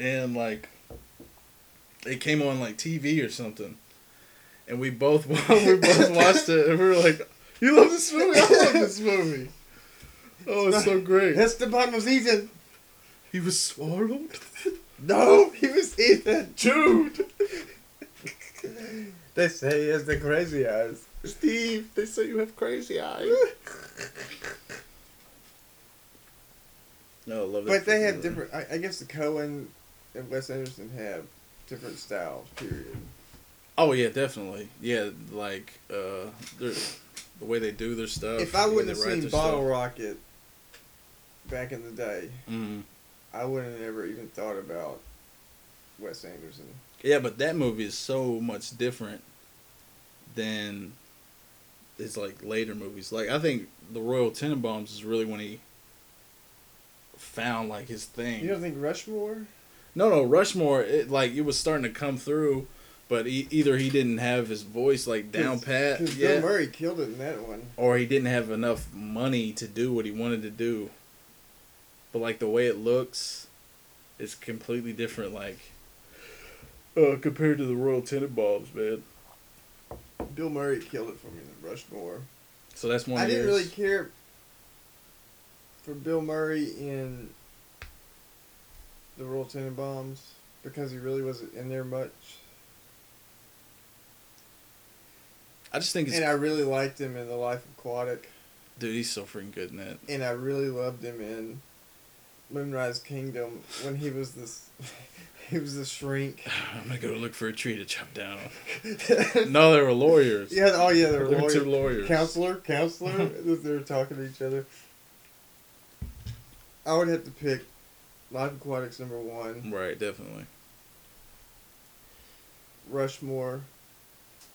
Speaker 1: and like it came on like TV or something. And we both <laughs> we both watched it and we were like, You love this movie? I love this <laughs> movie. Oh, it's so great.
Speaker 2: Esteban was Ethan.
Speaker 1: He was swallowed?
Speaker 2: No, he was Ethan.
Speaker 1: Dude!
Speaker 2: <laughs> They say he has the crazy eyes.
Speaker 1: Steve, they say you have crazy eyes. No, I love it.
Speaker 2: <laughs> But they have different. I, I guess the Cohen and Wes Anderson have different styles. Period.
Speaker 1: Oh yeah, definitely. Yeah, like uh, their- the way they do their stuff.
Speaker 2: If I
Speaker 1: the way
Speaker 2: wouldn't have
Speaker 1: Oh, they write their
Speaker 2: seen Bottle
Speaker 1: stuff.
Speaker 2: Rocket back in the day,
Speaker 1: Mhm.
Speaker 2: I wouldn't have ever even thought about Wes Anderson.
Speaker 1: Yeah, but that movie is so much different than his like later movies. Like I think the Royal Tenenbaums is really when he found like his thing.
Speaker 2: You don't think Rushmore?
Speaker 1: No, no, Rushmore. It like it was starting to come through, but e either he didn't have his voice like down pat
Speaker 2: Because Bill
Speaker 1: yet,
Speaker 2: Murray killed it in that one.
Speaker 1: or he didn't have enough money to do what he wanted to do. But like the way it looks, is completely different. Like uh, compared to the Royal Tenenbaums, man.
Speaker 2: Bill Murray killed it for me in Rushmore.
Speaker 1: So that's one.
Speaker 2: I
Speaker 1: of
Speaker 2: didn't
Speaker 1: yours.
Speaker 2: really care for Bill Murray in the Royal Tenenbaums because he really wasn't in there much,
Speaker 1: I just think it's
Speaker 2: and I really liked him in The Life Aquatic,
Speaker 1: dude. He's so freaking good in that. <sighs>
Speaker 2: and I really loved him in Moonrise Kingdom when he was this <laughs> he was the shrink. <laughs>
Speaker 1: I'm gonna go look for a tree to chop down. No, they were lawyers.
Speaker 2: yeah, oh yeah, they're
Speaker 1: They were
Speaker 2: lawyers.
Speaker 1: two lawyers.
Speaker 2: Counselor,
Speaker 1: <laughs>
Speaker 2: counselor. they were talking to each other. I would have to pick Life Aquatic's number one.
Speaker 1: Right, definitely.
Speaker 2: Rushmore,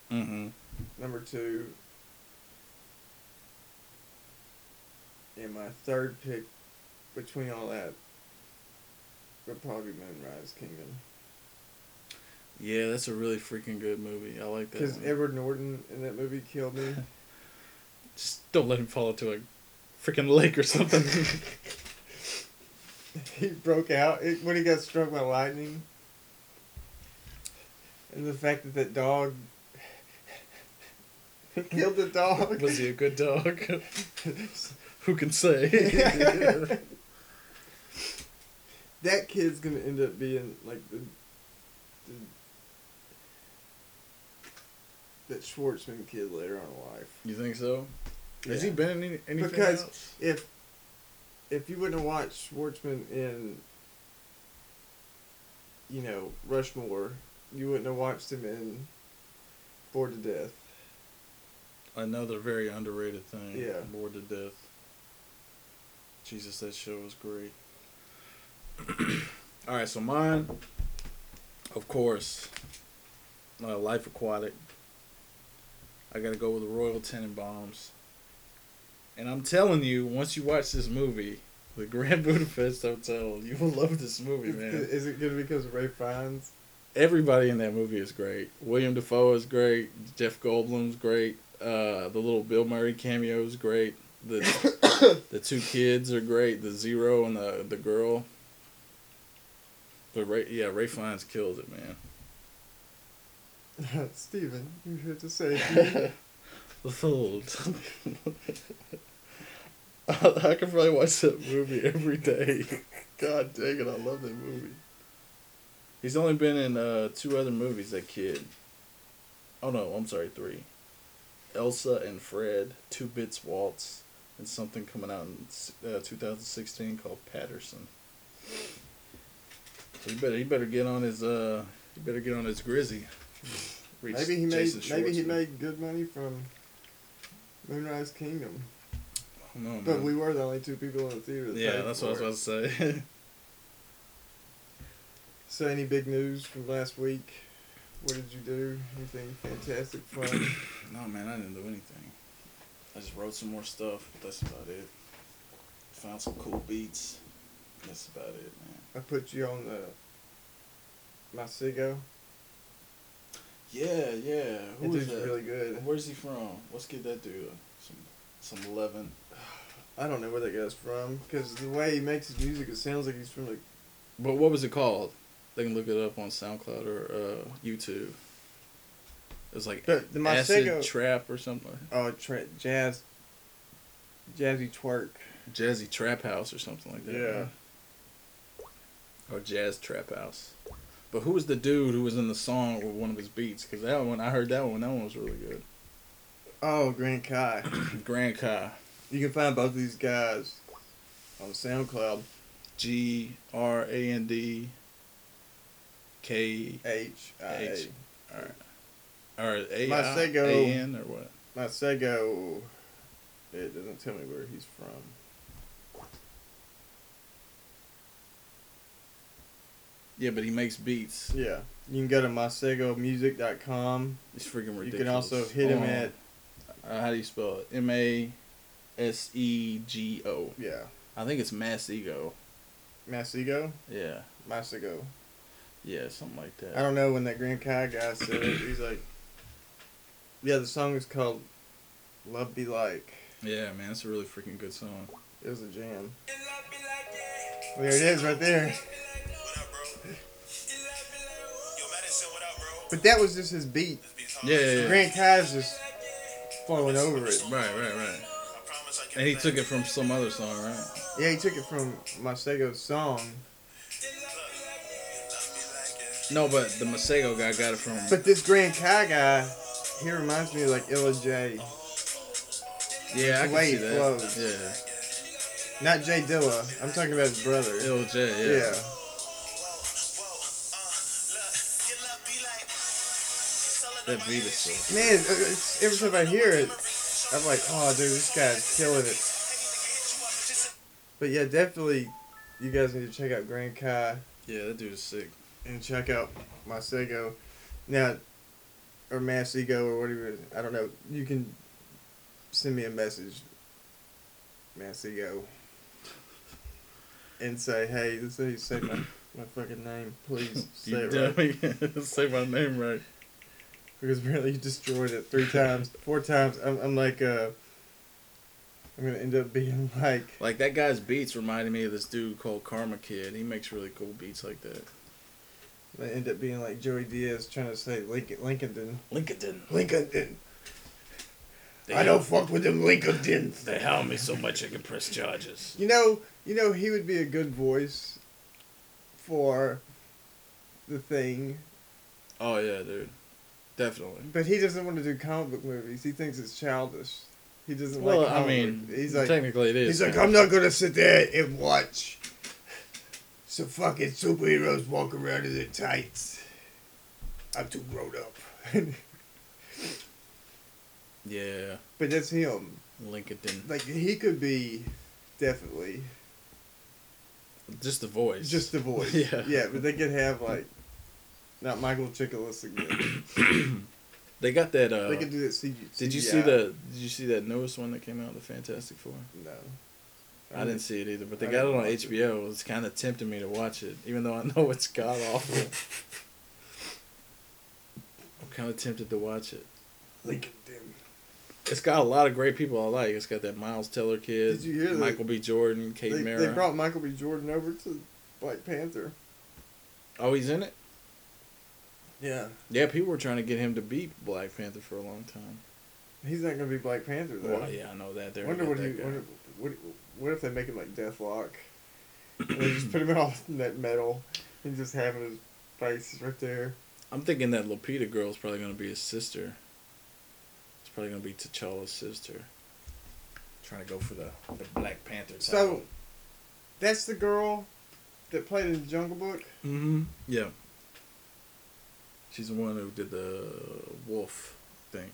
Speaker 1: Mm-hmm.
Speaker 2: number two. And my third pick between all that would probably be Moonrise Kingdom.
Speaker 1: Yeah, that's a really freaking good movie. I like that.
Speaker 2: Because
Speaker 1: one.
Speaker 2: Edward Norton in that movie killed me. <laughs>
Speaker 1: Just don't let him fall into a freaking lake or
Speaker 2: <laughs>
Speaker 1: something.
Speaker 2: he broke out it, when he got struck by lightning. And the fact that that dog <laughs> he killed the dog.
Speaker 1: Was
Speaker 2: <laughs>
Speaker 1: he a good dog?
Speaker 2: <laughs>
Speaker 1: Who can say?
Speaker 2: that kid's gonna end up being like the, the that Schwartzman kid later on in life.
Speaker 1: You think so? Has he
Speaker 2: Yeah.
Speaker 1: been in any, anything
Speaker 2: Because-
Speaker 1: else?
Speaker 2: If if you wouldn't have watched Schwartzman in you know Rushmore, you wouldn't have watched him in Bored to Death.
Speaker 1: Another very underrated thing.
Speaker 2: Yeah.
Speaker 1: Bored to death. Jesus, that show was great. <clears throat> All right, so mine, of course, uh, Life Aquatic. I gotta go with the Royal Tenenbaums. And I'm telling you, once you watch this movie, The Grand <laughs> Budapest Hotel, you will love this movie,
Speaker 2: <laughs>
Speaker 1: man.
Speaker 2: Is it gonna be because of Ray Fiennes? <laughs>
Speaker 1: everybody in that movie is great. William Defoe is great. Jeff Goldblum's great. Uh, the little Bill Murray cameo is great. The the two kids are great. The zero and the the girl. But Ray, yeah, Ray Fiennes kills it, man.
Speaker 2: Steven, you're here
Speaker 1: <laughs>
Speaker 2: to save me.
Speaker 1: Fooled. <laughs> I could probably watch that movie every day. <laughs> God dang it, I love that movie. He's only been in uh, two other movies, that kid. Oh no, I'm sorry, three. Elsa and Fred, Two Bits Waltz, and something coming out in uh, 2016 called Patterson. So he better he better get on his uh he better get on his Grizzy. Reach
Speaker 2: maybe he made
Speaker 1: Jason
Speaker 2: maybe he
Speaker 1: Schwartzman.
Speaker 2: made good money from Moonrise Kingdom.
Speaker 1: I don't know,
Speaker 2: But
Speaker 1: man.
Speaker 2: we were the only two people in the theater. That
Speaker 1: Yeah,
Speaker 2: paid
Speaker 1: that's
Speaker 2: for
Speaker 1: what I was
Speaker 2: it.
Speaker 1: about to say. <laughs>
Speaker 2: So, any big news from last week? What did you do? Anything fantastic fun?
Speaker 1: <coughs> no, man, I didn't do anything. I just wrote some more stuff. But that's about it. Found some cool beats. That's about it, man.
Speaker 2: I put you on the my Sigo.
Speaker 1: Yeah, yeah.
Speaker 2: It
Speaker 1: Who is
Speaker 2: was
Speaker 1: that?
Speaker 2: really good.
Speaker 1: Where's he from? Let's get that dude some some eleven.
Speaker 2: I don't know where that guy's from because the way he makes his music, it sounds like he's from like
Speaker 1: But what was it called? They can look it up on SoundCloud or uh, YouTube. It was like
Speaker 2: But the
Speaker 1: acid
Speaker 2: Masego-
Speaker 1: trap or something,
Speaker 2: oh tra- jazz, jazzy twerk.
Speaker 1: jazzy trap house or something like that.
Speaker 2: Yeah.
Speaker 1: or jazz trap house. But who was the dude who was in the song with one of his beats? Because that one, I heard that one. That one was really
Speaker 2: <clears throat>
Speaker 1: good.
Speaker 2: Oh, Grant Kai.
Speaker 1: Grand Kai,
Speaker 2: You can find both of these guys on SoundCloud.
Speaker 1: G R A N D K
Speaker 2: H I A.
Speaker 1: H or A
Speaker 2: My
Speaker 1: I
Speaker 2: Sego.
Speaker 1: A N or what?
Speaker 2: My Sego, it doesn't tell me where he's from.
Speaker 1: Yeah, but he makes beats.
Speaker 2: Yeah. You can go to mysegomusic.com.
Speaker 1: He's freaking ridiculous.
Speaker 2: You can also hit him
Speaker 1: Oh,
Speaker 2: at,
Speaker 1: uh, how do you spell it? M A S E G O.
Speaker 2: yeah,
Speaker 1: I think it's Mass Ego.
Speaker 2: Masego?
Speaker 1: Yeah,
Speaker 2: Masego.
Speaker 1: yeah, something like that.
Speaker 2: I don't know when that Grand Kai guy said it. He's like, yeah, the song is called Love Be Like.
Speaker 1: yeah, man, it's a really freaking good song.
Speaker 2: It was a jam.
Speaker 4: You love me like that.
Speaker 2: There it is right there.
Speaker 3: What up, bro?
Speaker 4: You love me like what?
Speaker 3: Yo, Madison, what up, bro?
Speaker 2: But that was just his beat.
Speaker 1: Yeah, yeah, yeah.
Speaker 2: Grand Kai's just
Speaker 4: Like that.
Speaker 2: flowing over it.
Speaker 1: Right, right, right.
Speaker 3: I promise I can
Speaker 1: And he took it from some other song, right?
Speaker 2: Yeah, he took it from Masego's song.
Speaker 4: You love me like that.
Speaker 1: No, but the Masego guy got it from.
Speaker 2: But this Grand Kai guy, he reminds me of like Illa J.
Speaker 1: Yeah, I can
Speaker 2: way
Speaker 1: see
Speaker 2: it
Speaker 1: that.
Speaker 2: flows. Not Jay Dilla. I'm talking about his brother.
Speaker 1: Yeah, LJ. Yeah.
Speaker 2: Yeah.
Speaker 1: That beat is so.
Speaker 2: Man, it- it's, every time I hear it, I'm like, oh, dude, this guy's killing it. But yeah, definitely, you guys need to check out Grand Kai
Speaker 1: Yeah, that dude is sick.
Speaker 2: and check out my Sego. Now, or Mass Ego or whatever. it is. I don't know. You can send me a message, Mass Ego, and say, hey, this is how you say my, my fucking name. Please say
Speaker 1: You
Speaker 2: it right.
Speaker 1: definitely <laughs> say my name right.
Speaker 2: because apparently you destroyed it three times, four times. I'm, I'm like, uh, I'm gonna end up being <laughs> like,
Speaker 1: Like that guy's beats reminded me of this dude called Karma Kid. He makes really cool beats like that.
Speaker 2: I end up being like Joey Diaz trying to say Lincoln, Lincoln,
Speaker 1: Lincoln.
Speaker 2: Lincoln.
Speaker 1: They
Speaker 2: I don't fuck with them Lincoln.
Speaker 1: They hound me so much I can press charges.
Speaker 2: You know, you know, he would be a good voice for the thing,
Speaker 1: Oh yeah, dude, definitely.
Speaker 2: but he doesn't want to do comic book movies. He thinks it's childish. He doesn't
Speaker 1: Well,
Speaker 2: like.
Speaker 1: I
Speaker 2: comic
Speaker 1: mean,
Speaker 2: book- um, he's like
Speaker 1: technically it is.
Speaker 2: he's like
Speaker 1: kinda.
Speaker 2: I'm not gonna sit there and watch some fucking superheroes walk around in their tights. I'm too grown up. <laughs>
Speaker 1: Yeah,
Speaker 2: but that's him.
Speaker 1: Lincoln.
Speaker 2: Like he could be definitely
Speaker 1: Just the voice.
Speaker 2: just the
Speaker 1: <laughs>
Speaker 2: voice.
Speaker 1: Yeah.
Speaker 2: yeah, but they could have like not Michael Chiklis again.
Speaker 1: They got that. Uh,
Speaker 2: they could do that. CG,
Speaker 1: Did you
Speaker 2: CGI.
Speaker 1: see the? Did you see that newest one that came out, the Fantastic Four?
Speaker 2: No.
Speaker 1: I didn't see it either, but they
Speaker 2: I
Speaker 1: got it
Speaker 2: didn't
Speaker 1: on
Speaker 2: watch it.
Speaker 1: HBO. It's kind of tempting me to watch it, even though I know it's god
Speaker 2: <laughs>
Speaker 1: awful. I'm kind of tempted to watch it.
Speaker 2: Like, damn.
Speaker 1: It's got a lot of great people I like. It's got that Miles Teller kid,
Speaker 2: Did you hear that-
Speaker 1: Michael B. Jordan, Kate
Speaker 2: They,
Speaker 1: Mara.
Speaker 2: they brought Michael B. Jordan over to Black Panther.
Speaker 1: oh, he's in it.
Speaker 2: Yeah.
Speaker 1: Yeah, people were trying to get him to be Black Panther for a long time.
Speaker 2: He's not gonna be Black Panther though.
Speaker 1: Well, yeah, I know that. They're
Speaker 2: Wonder
Speaker 1: gonna
Speaker 2: what
Speaker 1: get
Speaker 2: he.
Speaker 1: that guy.
Speaker 2: Wonder, what, what if they make him like Deathlock? and
Speaker 1: <clears throat>
Speaker 2: they just put him all in that metal and just have his face right there.
Speaker 1: I'm thinking that Lupita girl's probably gonna be his sister. It's probably gonna be T'Challa's sister. Trying to go for the, the Black Panther. Type.
Speaker 2: So, that's the girl that played in Jungle Book.
Speaker 1: Mm-hmm. Yeah. She's the one who did the wolf thing.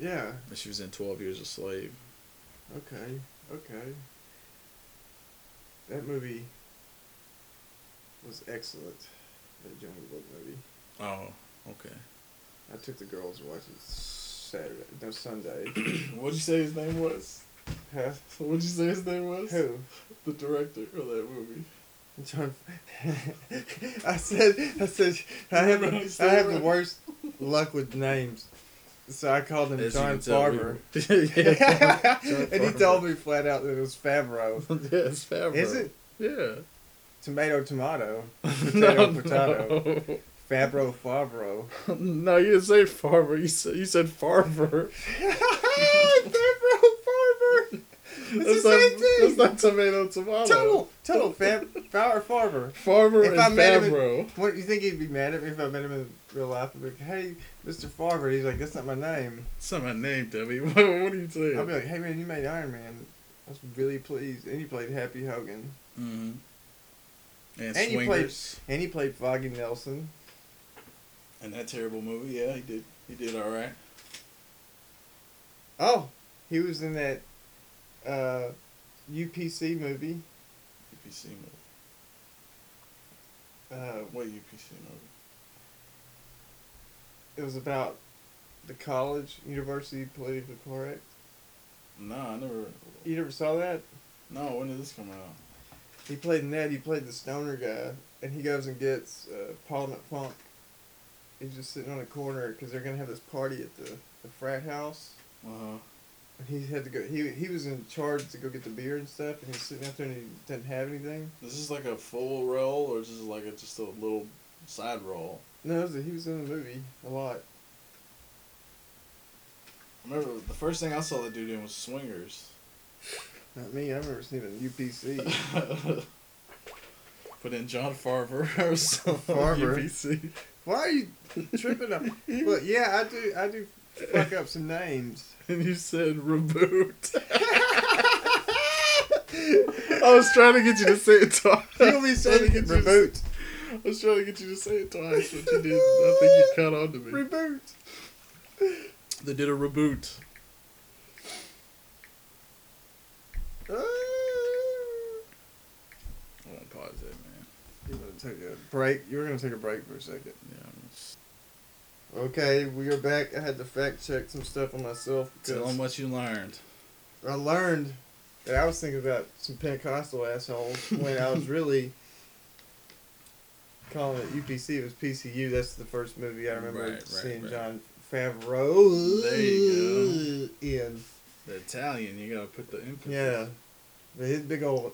Speaker 2: Yeah.
Speaker 1: And she was in Twelve Years a Slave.
Speaker 2: Okay. Okay. That movie was excellent. That Jungle Book movie.
Speaker 1: Oh, okay.
Speaker 2: I took the girls to watch it Saturday. No, Sunday.
Speaker 1: <coughs> What'd you say his name was?
Speaker 2: Huh?
Speaker 1: What'd you say his name was?
Speaker 2: Who?
Speaker 1: The director of that movie.
Speaker 2: John. <laughs> I said. I said. I have.
Speaker 1: Remember I
Speaker 2: A, I
Speaker 1: said
Speaker 2: have the
Speaker 1: right?
Speaker 2: worst luck with names. So I called him
Speaker 1: As you
Speaker 2: John
Speaker 1: can tell, we
Speaker 2: Farber. <laughs>
Speaker 1: were- <laughs> yeah. <laughs>
Speaker 2: and he told me flat out that it was Favreau.
Speaker 1: Yeah, it's Favreau.
Speaker 2: Is it <laughs>
Speaker 1: Yeah.
Speaker 2: tomato
Speaker 1: <laughs>
Speaker 2: tomato?
Speaker 1: no,
Speaker 2: Potato, potato. Fabro Favreau.
Speaker 1: No. <laughs> no, you didn't say Farber. You said you said Farber.
Speaker 2: Fabro Farber.
Speaker 1: <laughs>
Speaker 2: It's the
Speaker 1: not,
Speaker 2: same
Speaker 1: That's
Speaker 2: thing.
Speaker 1: not tomato tomato.
Speaker 2: Total, total Fab Fowler
Speaker 1: <laughs>
Speaker 2: Farber.
Speaker 1: Farber
Speaker 2: If
Speaker 1: and
Speaker 2: I met him-
Speaker 1: Favreau.
Speaker 2: What do you think he'd be mad at me if I met him in real life? I'd be like, "Hey, Mr. Farber." He's like, "That's not my name."
Speaker 1: It's not my name, Debbie. <laughs> What, what are you saying?
Speaker 2: I'll be like, "Hey, man, you made Iron Man. I was really pleased." And he played Happy Hogan.
Speaker 1: mm-hmm. And,
Speaker 2: And you played-
Speaker 1: Swingers.
Speaker 2: And he played Foggy Nelson.
Speaker 1: And that terrible movie. Yeah, he did. He did all right.
Speaker 2: Oh, he was in that uh, UPC movie.
Speaker 1: UPC movie.
Speaker 2: Uh,
Speaker 1: What UPC movie?
Speaker 2: it was about the college university politically correct.
Speaker 1: No, I never.
Speaker 2: You never saw that?
Speaker 1: No, when did this come out?
Speaker 2: He played in that. He played the stoner guy, and he goes and gets uh, Paul McFunk. He's just sitting on a corner because they're gonna have this party at the, the frat house.
Speaker 1: Uh
Speaker 2: And he had to go. He he was in charge to go get the beer and stuff, and he's sitting out there and he didn't have anything.
Speaker 1: This is like a full role, or is this like a, just a little side role?
Speaker 2: No, it was- he was in the movie a lot.
Speaker 1: I remember the first thing I saw the dude in was
Speaker 2: <laughs>
Speaker 1: Swingers.
Speaker 2: Not me. I remember seeing him in UPC.
Speaker 1: Put in John Farber <laughs> or something.
Speaker 2: Farber.
Speaker 1: UPC.
Speaker 2: Why are you
Speaker 1: <laughs>
Speaker 2: tripping up? well, yeah, I do. I do fuck up some names.
Speaker 1: And you said reboot. <laughs>
Speaker 2: <laughs>
Speaker 1: I was trying to get you to say it twice.
Speaker 2: You'll be
Speaker 1: I
Speaker 2: saying
Speaker 1: think it's
Speaker 2: reboot.
Speaker 1: I was trying to get you to say it twice, but you didn't. I think
Speaker 2: <laughs>
Speaker 1: you caught on to me.
Speaker 2: Reboot.
Speaker 1: They did a reboot.
Speaker 2: Uh, Ah.
Speaker 1: I won't pause it, man.
Speaker 2: You're gonna take a break. You were gonna take a break for a second.
Speaker 1: Yeah, I'm just
Speaker 2: Okay, we are back. I had to fact check some stuff on myself
Speaker 1: tell them
Speaker 2: because
Speaker 1: what you learned.
Speaker 2: I learned that I was thinking about some Pentecostal assholes when I
Speaker 1: <laughs>
Speaker 2: was really calling it UPC. It was PCU. That's the first movie I remember
Speaker 1: Right, right,
Speaker 2: seeing
Speaker 1: right.
Speaker 2: John Favreau
Speaker 1: There you
Speaker 2: in.
Speaker 1: The Italian, you gotta put the emphasis.
Speaker 2: Yeah, but his big old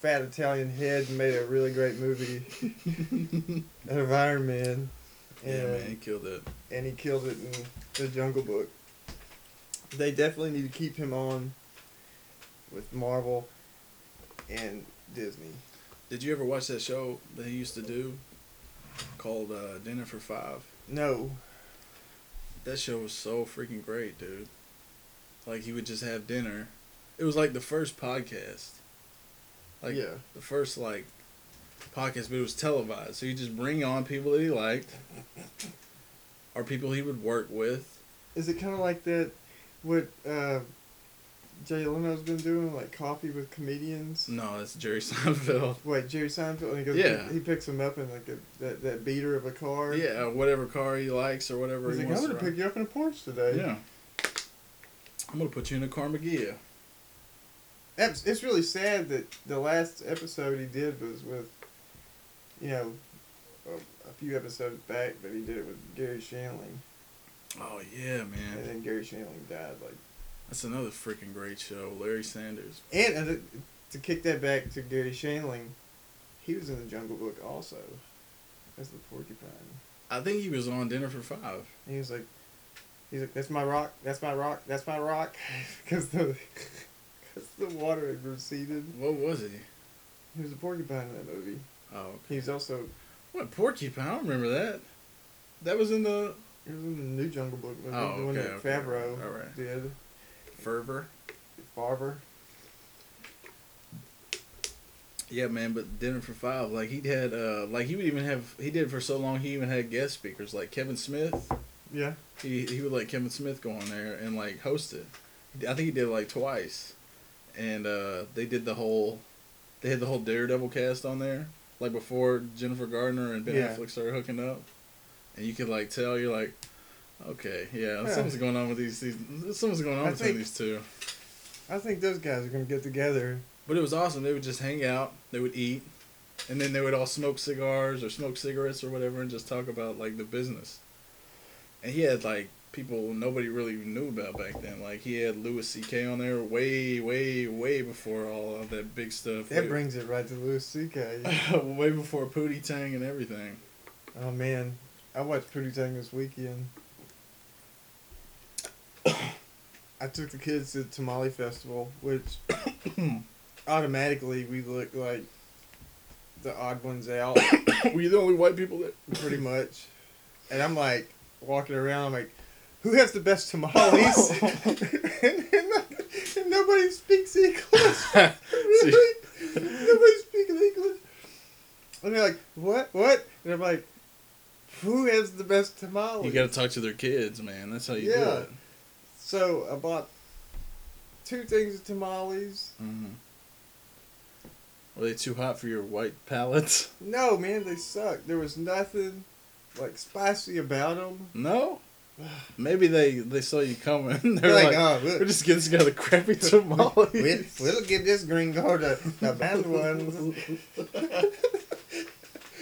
Speaker 2: fat Italian head made a really great
Speaker 1: <laughs>
Speaker 2: movie out of Iron Man,
Speaker 1: Yeah,
Speaker 2: and,
Speaker 1: man, he killed it.
Speaker 2: and he killed it in the Jungle Book. They definitely need to keep him on with Marvel and Disney.
Speaker 1: Did you ever watch that show that he used to do called uh, Dinner for Five?
Speaker 2: No.
Speaker 1: That show was so freaking great, dude. Like he would just have dinner. It was like the first podcast. Like
Speaker 2: Yeah.
Speaker 1: the first like podcast, but it was televised. So you just bring on people that he liked or people he would work with.
Speaker 2: Is it kind of like that? What uh, Jay Leno's been doing, like coffee with comedians.
Speaker 1: No, that's Jerry <laughs> Seinfeld.
Speaker 2: Wait, Jerry Seinfeld. And he goes,
Speaker 1: Yeah.
Speaker 2: He picks him up in like a, that that beater of a car.
Speaker 1: Yeah, whatever car he likes or whatever
Speaker 2: He's
Speaker 1: he
Speaker 2: like,
Speaker 1: wants
Speaker 2: I'm
Speaker 1: to
Speaker 2: gonna pick
Speaker 1: ride.
Speaker 2: you up in a Porsche today.
Speaker 1: Yeah. I'm gonna put you in a car Magia.
Speaker 2: That's, it's really sad that the last episode he did was with, you know, a, a few episodes back, but he did it with Gary Shandling,
Speaker 1: Oh yeah,
Speaker 2: and
Speaker 1: man.
Speaker 2: then Gary Shandling died. Like,
Speaker 1: That's another freaking great show. Larry Sanders.
Speaker 2: and, and to- to kick that back to Gary Shandling, he was in the Jungle Book also, as the porcupine.
Speaker 1: I think he was on Dinner for Five.
Speaker 2: And he was like, he's like, that's my rock, that's my rock, that's my rock, <laughs> because the, because the water had receded.
Speaker 1: What was he?
Speaker 2: He was a porcupine in that movie.
Speaker 1: Oh,
Speaker 2: He was also
Speaker 1: what Porcupine? I don't remember that. That was in the
Speaker 2: It was in the new Jungle Book movie,
Speaker 1: Oh,
Speaker 2: the one
Speaker 1: okay,
Speaker 2: that
Speaker 1: okay,
Speaker 2: Favreau
Speaker 1: all right.
Speaker 2: did.
Speaker 1: Fervor.
Speaker 2: Farver.
Speaker 1: Yeah, man. But Dinner for Five, like he had, uh, like he would even have. He did for so long. He even had guest speakers like Kevin Smith.
Speaker 2: Yeah.
Speaker 1: He he would let Kevin Smith go on there and like host it. I think he did it, like twice, and uh, they did the whole. They had the whole Daredevil cast on there, like before Jennifer Gardner and Ben
Speaker 2: Yeah.
Speaker 1: Affleck started hooking up, and you could like tell you're like, okay, yeah,
Speaker 2: Yeah.
Speaker 1: something's going on with these. these something's going on
Speaker 2: I
Speaker 1: between
Speaker 2: think-
Speaker 1: these two.
Speaker 2: I think those guys are gonna get together.
Speaker 1: But it was awesome. They would just hang out, they would eat, and then they would all smoke cigars or smoke cigarettes or whatever and just talk about like the business. And he had like people nobody really knew about back then. Like he had Louis C.K. on there way, way, way before all of that big stuff.
Speaker 2: That
Speaker 1: Way-
Speaker 2: brings it right to Louis C.K.
Speaker 1: <laughs> way before Pootie Tang and
Speaker 2: <laughs>
Speaker 1: everything.
Speaker 2: oh man, I watched Pretty Tang this weekend. I took the kids to the Tamale Festival, which
Speaker 1: <coughs>
Speaker 2: automatically we look like the odd ones out.
Speaker 1: Were you the only white people that?
Speaker 2: pretty much. And I'm like walking around, I'm like, who has the best <laughs> tamales? and, and nobody speaks <laughs> English. really? Nobody's speaking English. And they're like, what? What? And I'm like, who has the best tamales?
Speaker 1: you got to talk to their kids, man. That's how you do
Speaker 2: Yeah.
Speaker 1: it.
Speaker 2: so I bought two things of tamales.
Speaker 1: Mhm. Were they too hot for your white palates?
Speaker 2: No, man, they suck. There was nothing like spicy about them. <sighs>
Speaker 1: No. Maybe they they saw you coming. <laughs> They're
Speaker 2: They're
Speaker 1: like,
Speaker 2: like, "Oh, look."
Speaker 1: we're just giving this guy the
Speaker 2: <laughs>
Speaker 1: crappy tamales.
Speaker 2: We'll, <laughs> we'll give this gringo the, the bad ones.
Speaker 1: <laughs>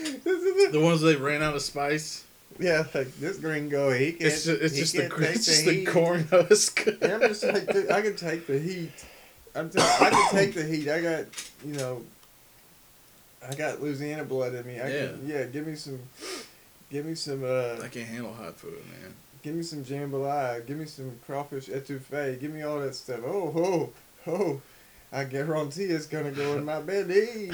Speaker 1: the ones they ran out of spice.
Speaker 2: <laughs> yeah, like this gringo, he can
Speaker 1: It's just, it's
Speaker 2: he
Speaker 1: just the
Speaker 2: can't
Speaker 1: cr-
Speaker 2: take
Speaker 1: it's just
Speaker 2: the
Speaker 1: the
Speaker 2: heat.
Speaker 1: corn <laughs> husk.
Speaker 2: And I'm just like, dude, I can take the heat. I'm t- I can take the heat. I got, you know, I got Louisiana blood in me. I yeah. Can, yeah, give me some, give me some, uh,
Speaker 1: <laughs> I can't handle hot food, man.
Speaker 2: give me some jambalaya. Give me some crawfish etouffee. Give me all that stuff. Oh, oh, oh. I guarantee it's going to go in
Speaker 1: <laughs>
Speaker 2: my belly.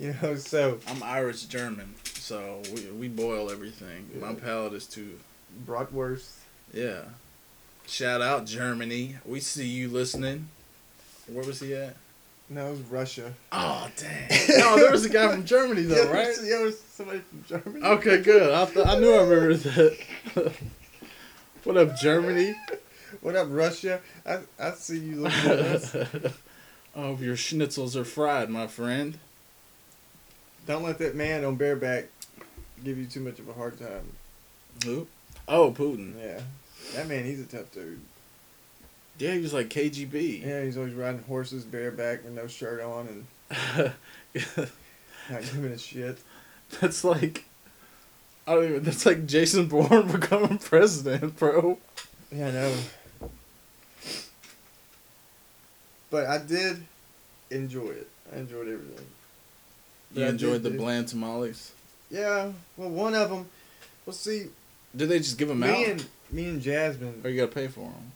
Speaker 2: You know, so
Speaker 1: I'm Irish German, so we we boil everything. My
Speaker 2: Yeah.
Speaker 1: palate is too
Speaker 2: bratwurst.
Speaker 1: yeah. Shout out Germany. We see you listening. Where was he at?
Speaker 2: No, it was Russia.
Speaker 1: Oh dang! No, there was a guy from Germany though,
Speaker 2: <laughs> yeah,
Speaker 1: right? Oh.
Speaker 2: so- yeah, it was somebody from Germany.
Speaker 1: Okay, good. I, th- I knew I remembered that. <laughs> what up, Germany? <laughs>
Speaker 2: What up, Russia? I, I see you looking
Speaker 1: <laughs>
Speaker 2: at us.
Speaker 1: oh, your schnitzels are fried, my friend.
Speaker 2: Don't let that man on bareback give you too much of a hard time.
Speaker 1: Who? Oh, Putin.
Speaker 2: Yeah. That man, he's a tough dude.
Speaker 1: Yeah, he was like KGB.
Speaker 2: Yeah, he's always riding horses bareback with no shirt on and not giving a shit.
Speaker 1: <laughs> that's like. I don't even. That's like Jason Bourne <laughs> becoming president, bro.
Speaker 2: Yeah, I know. But I did enjoy it. I enjoyed everything.
Speaker 1: You
Speaker 2: Yeah, I
Speaker 1: enjoyed
Speaker 2: did,
Speaker 1: the
Speaker 2: dude.
Speaker 1: bland tamales.
Speaker 2: Yeah. Well, one of them. Well, see,
Speaker 1: Did they just give them out,
Speaker 2: me and me and Jasmine,
Speaker 1: or you gotta pay for them?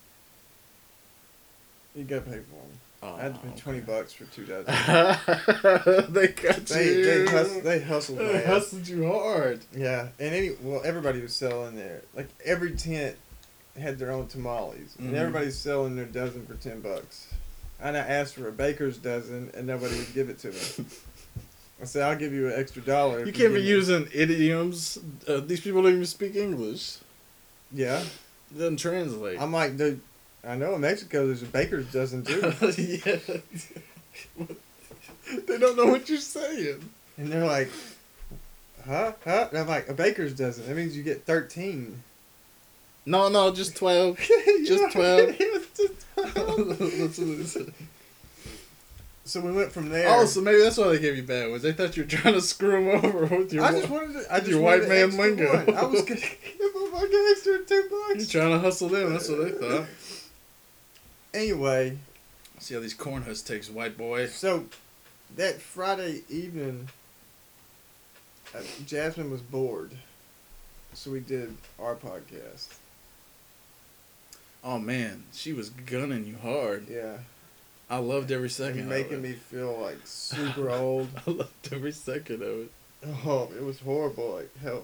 Speaker 2: you gotta pay for them.
Speaker 1: Oh,
Speaker 2: I had to pay twenty bucks for
Speaker 1: <laughs>
Speaker 2: two dozen.
Speaker 1: Oh. they got
Speaker 2: they
Speaker 1: you.
Speaker 2: they, hus- they hustled my
Speaker 1: They
Speaker 2: ass.
Speaker 1: hustled you hard.
Speaker 2: Yeah, and any well, everybody was selling there. Like every tent had their own tamales,
Speaker 1: Mhm.
Speaker 2: and everybody's selling their dozen for ten bucks. And I asked for a baker's dozen, and nobody would give it
Speaker 1: <laughs>
Speaker 2: to me. I said, "I'll give you an extra dollar." if
Speaker 1: You can't be
Speaker 2: give me-"
Speaker 1: using idioms. Uh, these people don't even speak English.
Speaker 2: Yeah,
Speaker 1: It doesn't translate. <laughs>
Speaker 2: I'm like, dude. I know in Mexico there's a baker's dozen
Speaker 1: <laughs>
Speaker 2: too,
Speaker 1: yeah. they don't know what you're saying.
Speaker 2: and they're like, "Huh, huh?" And I'm like, "A baker's dozen. That means you get 13.
Speaker 1: No, no, just <laughs> 12.
Speaker 2: Yeah,
Speaker 1: <laughs> Just 12.
Speaker 2: <laughs> it was just twelve.
Speaker 1: That's what it said.
Speaker 2: so we went from there.
Speaker 1: Oh, so maybe that's why they gave you bad ones. They thought you were trying to screw them over with your.
Speaker 2: I just
Speaker 1: wa-
Speaker 2: wanted to. I
Speaker 1: with
Speaker 2: just
Speaker 1: your
Speaker 2: wanted
Speaker 1: white
Speaker 2: an
Speaker 1: man
Speaker 2: extra
Speaker 1: lingo.
Speaker 2: one. I
Speaker 1: <laughs>
Speaker 2: was gonna give a fucking extra two
Speaker 1: you <laughs>
Speaker 2: bucks.
Speaker 1: trying to hustle them. That's what they thought.
Speaker 2: Anyway,
Speaker 1: See how these corn husks takes, white boy.
Speaker 2: so that Friday evening, uh, Jasmine was bored, so we did our podcast.
Speaker 1: Oh man, she was gunning you hard.
Speaker 2: Yeah,
Speaker 1: I loved every second.
Speaker 2: and
Speaker 1: of it.
Speaker 2: making me feel like super old.
Speaker 1: <laughs> I loved every second of it.
Speaker 2: Oh, it was horrible. Like how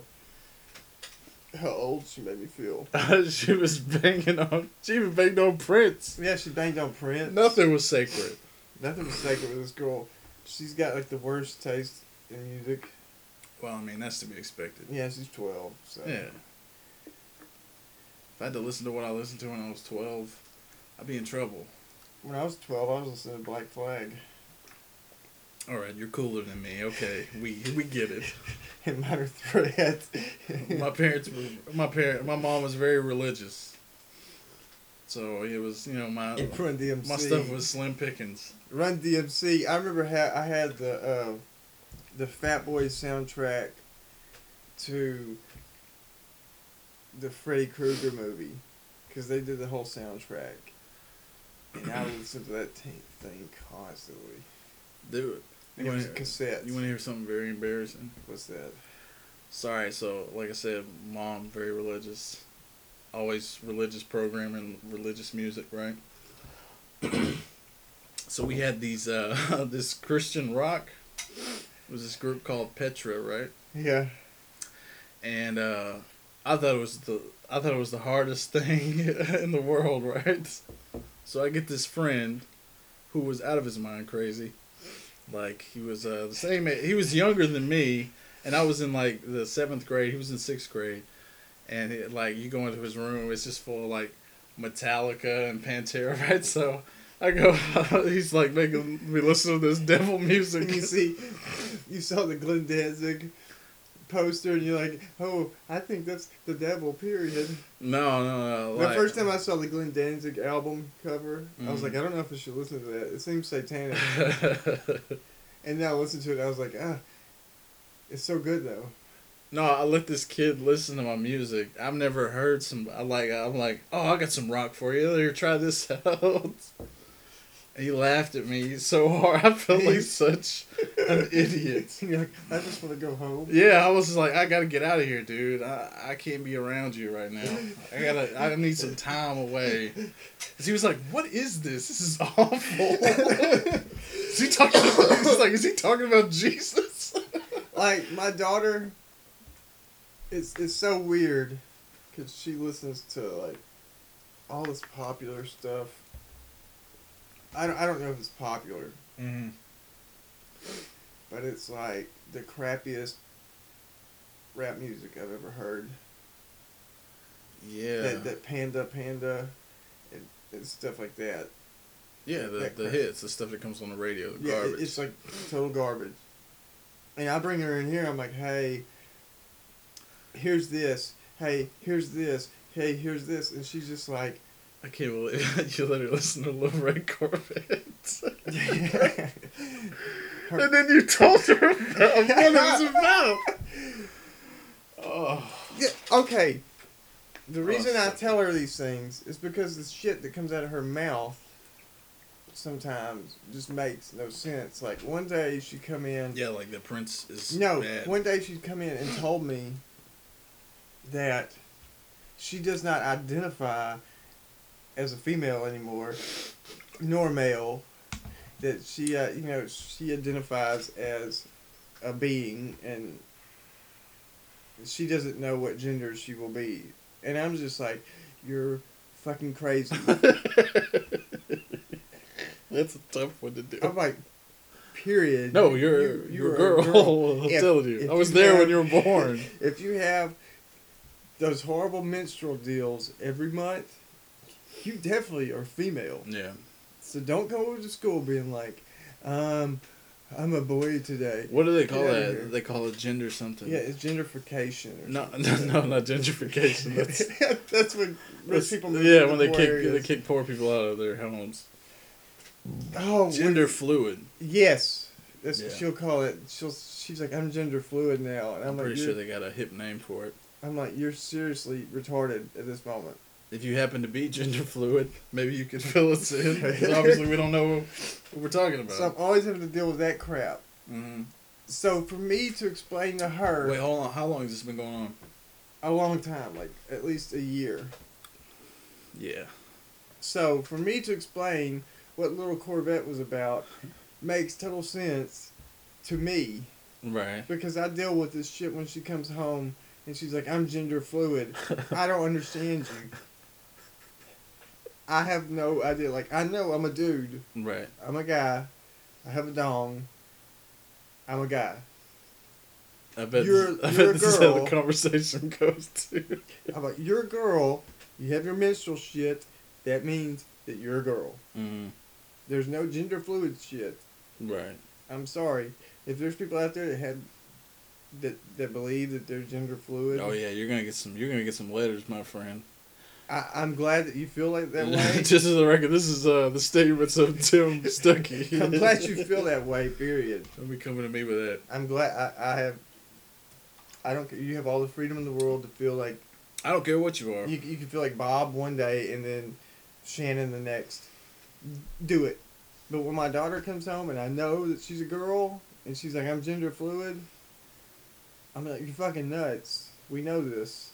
Speaker 2: how old she made me feel.
Speaker 1: <laughs> she was banging on. She even banged on Prince.
Speaker 2: Yeah, she banged on Prince.
Speaker 1: Nothing was sacred.
Speaker 2: Nothing was sacred with this girl. She's got like the worst taste in music.
Speaker 1: Well, I mean that's to be expected.
Speaker 2: Yeah, she's twelve. So
Speaker 1: Yeah. If I had to listen to what I listened to when I was twelve, I'd be in trouble.
Speaker 2: When I was twelve, I was listening to Black Flag. <laughs>
Speaker 1: All right, you're cooler than me. Okay, we we get it.
Speaker 2: and Minor <laughs> Threat.
Speaker 1: <laughs> My parents were my parent. My mom was very religious, so it was you know my
Speaker 2: and Run DMC.
Speaker 1: my stuff was slim pickings.
Speaker 2: Run DMC. I remember ha- I had the uh, the Fat Boy soundtrack to the Freddy Krueger movie because they did the whole soundtrack, and I would listen to that t- thing constantly.
Speaker 1: Do it. You
Speaker 2: It was
Speaker 1: want
Speaker 2: cassettes.
Speaker 1: to hear something very embarrassing?
Speaker 2: What's that?
Speaker 1: Sorry, so like I said, mom very religious, always religious programming, religious music, right? so we had these uh <laughs> this Christian rock. It was this group called Petra, right?
Speaker 2: Yeah.
Speaker 1: And uh I thought it was the I thought it was the hardest <laughs> thing in the world, right? So I get this friend who was out of his mind crazy. Like he was uh, the same. a- He was younger than me, and I was in like the seventh grade. He was in sixth grade, and it, like you go into his room, it's just full of like Metallica and Pantera, <laughs> right? So I go, <laughs> he's like making me listen to this devil music.
Speaker 2: <laughs> And you see, you saw the Glenn Danzig poster, and you're like, "Oh, I think that's the devil." Period.
Speaker 1: No, no, no.
Speaker 2: the
Speaker 1: like-
Speaker 2: first time I saw the Glenn Danzig album cover, I was
Speaker 1: Mhm.
Speaker 2: like, "I don't know if I should listen to that. It seems satanic."
Speaker 1: <laughs>
Speaker 2: and then I listened to it, and I was like, "Ah, it's so good though."
Speaker 1: No, I let this kid listen to my music. I've never heard some. I like. I'm like, oh, I got some rock for you. Here, try this <laughs> out. And he laughed at me so hard. I felt
Speaker 2: <laughs>
Speaker 1: like such an idiot.
Speaker 2: And you're like, "I just want to go
Speaker 1: <laughs>
Speaker 2: home." <laughs>
Speaker 1: Yeah, I was just like, I gotta get out of here, dude. I, I can't be around you right now. I gotta. I need some time away. 'Cause he was like, what is this? This is awful.
Speaker 2: <laughs>
Speaker 1: is he talking? About, he's like, is he talking about Jesus?
Speaker 2: Like my daughter, it's it's so weird, cause she listens to like all this popular stuff. I don't, I don't know if it's popular,
Speaker 1: mm-hmm.
Speaker 2: but it's like the crappiest rap music I've ever heard.
Speaker 1: Yeah.
Speaker 2: that, that panda panda and, and stuff like that.
Speaker 1: Yeah, the,
Speaker 2: that
Speaker 1: the
Speaker 2: crap.
Speaker 1: hits, the stuff that comes on the radio, the
Speaker 2: Yeah, it-
Speaker 1: garbage.
Speaker 2: it's like total garbage. And I bring her in here. I'm like, hey, here's this. Hey, here's this. Hey, here's this. And she's just like, <laughs>
Speaker 1: I can't believe <laughs> you let her listen to Little Red
Speaker 2: <laughs>
Speaker 1: Corvette. <laughs> and then you told her
Speaker 2: <laughs>
Speaker 1: about what it was about. Oh,
Speaker 2: Yeah, okay. The reason I
Speaker 1: fuck.
Speaker 2: tell her these things is because the shit that comes out of her mouth sometimes just makes no sense. Like one day she come in.
Speaker 1: yeah, like the Prince is
Speaker 2: No,
Speaker 1: bad.
Speaker 2: one day she come in and told me that she does not identify as a female anymore, nor male, that she, uh, you know, she identifies as a being, and she doesn't know what gender she will be. And I'm just like, you're fucking crazy.
Speaker 1: <laughs> That's a tough one to do.
Speaker 2: I'm like, period.
Speaker 1: No, you're
Speaker 2: You-
Speaker 1: you, are
Speaker 2: are
Speaker 1: a girl. <laughs> I'm
Speaker 2: If-
Speaker 1: telling you,
Speaker 2: if
Speaker 1: I was there
Speaker 2: have-
Speaker 1: when you were born.
Speaker 2: <laughs> If you have those horrible menstrual deals every month, you definitely are female.
Speaker 1: yeah.
Speaker 2: So don't go to school being like, um, I'm a boy today.
Speaker 1: What do they call
Speaker 2: Get outta here.
Speaker 1: that? They call it gender something.
Speaker 2: Yeah, it's gentrification. or
Speaker 1: No, <laughs> no,
Speaker 2: something.
Speaker 1: no, not
Speaker 2: <laughs>
Speaker 1: gentrification. That's,
Speaker 2: that's when rich
Speaker 1: that's-
Speaker 2: people move
Speaker 1: yeah,
Speaker 2: to
Speaker 1: when
Speaker 2: the
Speaker 1: they
Speaker 2: poor
Speaker 1: kick
Speaker 2: areas.
Speaker 1: they kick poor people out of their homes.
Speaker 2: Oh, when-
Speaker 1: Gender fluid.
Speaker 2: yes. That's what
Speaker 1: Yeah.
Speaker 2: she'll call it. She'll she's like I'm gender fluid now, and I'm,
Speaker 1: I'm
Speaker 2: like
Speaker 1: pretty
Speaker 2: you're,
Speaker 1: sure they got a hip name for it.
Speaker 2: I'm like you're seriously retarded at this moment.
Speaker 1: If you happen to be <laughs> gender fluid, maybe you could fill us in. 'cause obviously, we don't know what we're talking about.
Speaker 2: So I'm always having to deal with that crap.
Speaker 1: Mhm.
Speaker 2: So for me to explain to her
Speaker 1: Wait, hold on. How long has this been going on?
Speaker 2: a long time, like at least a year.
Speaker 1: Yeah.
Speaker 2: So for me to explain what Little Corvette was about makes total sense to me
Speaker 1: Right.
Speaker 2: because I deal with this shit when she comes home and she's like, "I'm gender fluid. I don't understand you. I have no idea. Like I know I'm a dude.
Speaker 1: Right.
Speaker 2: I'm a guy. I have a dong. I'm a guy.
Speaker 1: I bet,
Speaker 2: You're-
Speaker 1: I
Speaker 2: you're a
Speaker 1: bet this is how the
Speaker 2: girl.
Speaker 1: conversation <laughs> goes too.
Speaker 2: I'm like, you're a girl. You have your menstrual shit. That means that you're a girl.
Speaker 1: Mm,
Speaker 2: There's no gender fluid shit.
Speaker 1: right.
Speaker 2: I'm sorry. If there's people out there that have that that believe that they're gender fluid,
Speaker 1: Oh yeah, you're gonna get some. You're gonna get some letters, my friend.
Speaker 2: I, I'm glad that you feel
Speaker 1: <laughs>
Speaker 2: like that way.
Speaker 1: Just as a record, this is uh, the statements of Tim Stuckey.
Speaker 2: <laughs> I'm glad you feel that way. Period.
Speaker 1: Don't be coming to me with that.
Speaker 2: I'm glad I, I have. I don't. care. You have all the freedom in the world to feel like
Speaker 1: I don't care what you are.
Speaker 2: you. You can feel like Bob one day and then Shannon the next. Do it. But when my daughter comes home and I know that she's a girl and she's like I'm gender fluid, I'm like you're fucking nuts. We know this.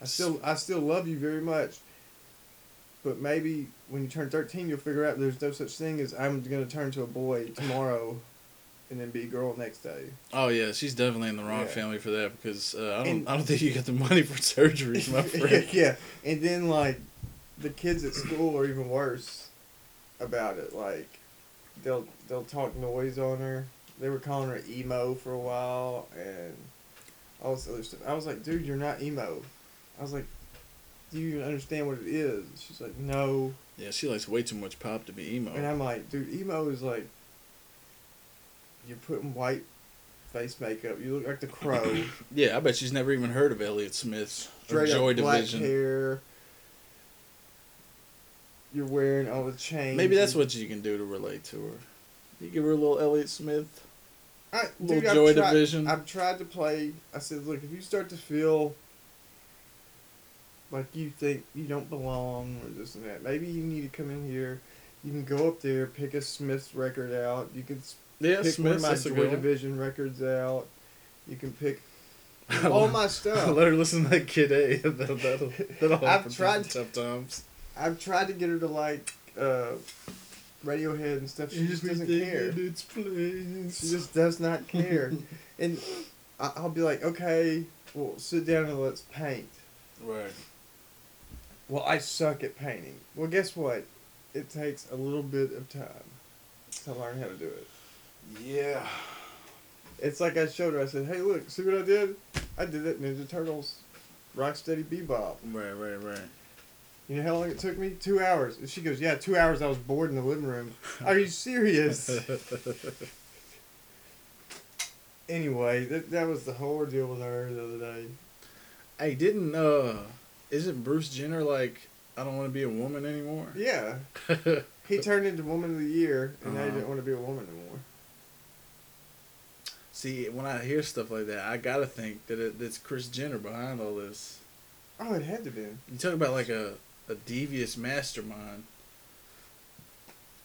Speaker 2: I still I still love you very much. But maybe when you turn 13, you'll figure out there's no such thing as I'm going to turn to a boy tomorrow and then be a girl next day.
Speaker 1: Oh yeah, she's definitely in the wrong
Speaker 2: Yeah.
Speaker 1: family for that because uh, I don't.
Speaker 2: And-
Speaker 1: I don't think you got the money for surgeries, my friend.
Speaker 2: <laughs> yeah, and then like the kids at school are even worse about it. Like they'll they'll talk noise on her. They were calling her emo for a while and all this other stuff. I was like, dude, you're not emo. I was like, do you even understand what it is? She's like, no.
Speaker 1: Yeah, she likes way too much pop to be emo.
Speaker 2: And I'm like, dude, emo is like you're putting white face makeup. You look like
Speaker 1: <laughs>
Speaker 2: the crow.
Speaker 1: yeah, I bet she's never even heard of Elliott Smith's or
Speaker 2: straight
Speaker 1: Joy
Speaker 2: up black
Speaker 1: Division.
Speaker 2: hair. You're wearing all the chains.
Speaker 1: Maybe that's
Speaker 2: and-
Speaker 1: what you can do to relate to her. You give her a little Elliott Smith.
Speaker 2: I,
Speaker 1: little
Speaker 2: dude, I've
Speaker 1: Joy
Speaker 2: tried-
Speaker 1: Division.
Speaker 2: I've tried to play. I said, look, if you start to feel like you think you don't belong or this and that, maybe you need to come in here. You can go up there, pick a Smith's record out. You can s-
Speaker 1: Yeah,
Speaker 2: pick
Speaker 1: Smith.
Speaker 2: one of
Speaker 1: That's
Speaker 2: my
Speaker 1: a
Speaker 2: Joy
Speaker 1: good one.
Speaker 2: Division records out. You
Speaker 1: <laughs>
Speaker 2: can pick all Oh, my stuff.
Speaker 1: Let her listen to that Kid A. <laughs> that'll, that'll,
Speaker 2: <laughs>
Speaker 1: that'll help
Speaker 2: I've
Speaker 1: her through
Speaker 2: tried-
Speaker 1: some tough times.
Speaker 2: I've tried to get her to like uh, Radiohead and stuff. <laughs> She just doesn't care.
Speaker 1: It's
Speaker 2: She just does not care. and I- I'll be like, okay, well, sit down and let's paint.
Speaker 1: <laughs> Right.
Speaker 2: Well, I suck at painting. Well, guess what? It takes a little bit of time to learn how to do it.
Speaker 1: Yeah.
Speaker 2: It's like I showed her. I said, hey, look, see what I did? I did that Ninja Turtles Rocksteady Bebop.
Speaker 1: Right, right, right. <laughs>
Speaker 2: You know how long it took me? Two hours. And she goes, yeah, two hours I was bored in the living room. Are you serious?
Speaker 1: <laughs>
Speaker 2: anyway, that, that was the whole deal with her the other day.
Speaker 1: I didn't, uh, isn't Bruce Jenner like, I don't want to be a woman anymore?
Speaker 2: Yeah.
Speaker 1: <laughs>
Speaker 2: He turned into Woman of the Year, and now he
Speaker 1: Uh-huh.
Speaker 2: didn't want to be a woman anymore.
Speaker 1: See, when I hear stuff like that, I gotta think that it, it's Chris Jenner behind all this.
Speaker 2: Oh, it had to be.
Speaker 1: You talk about like a, a devious mastermind.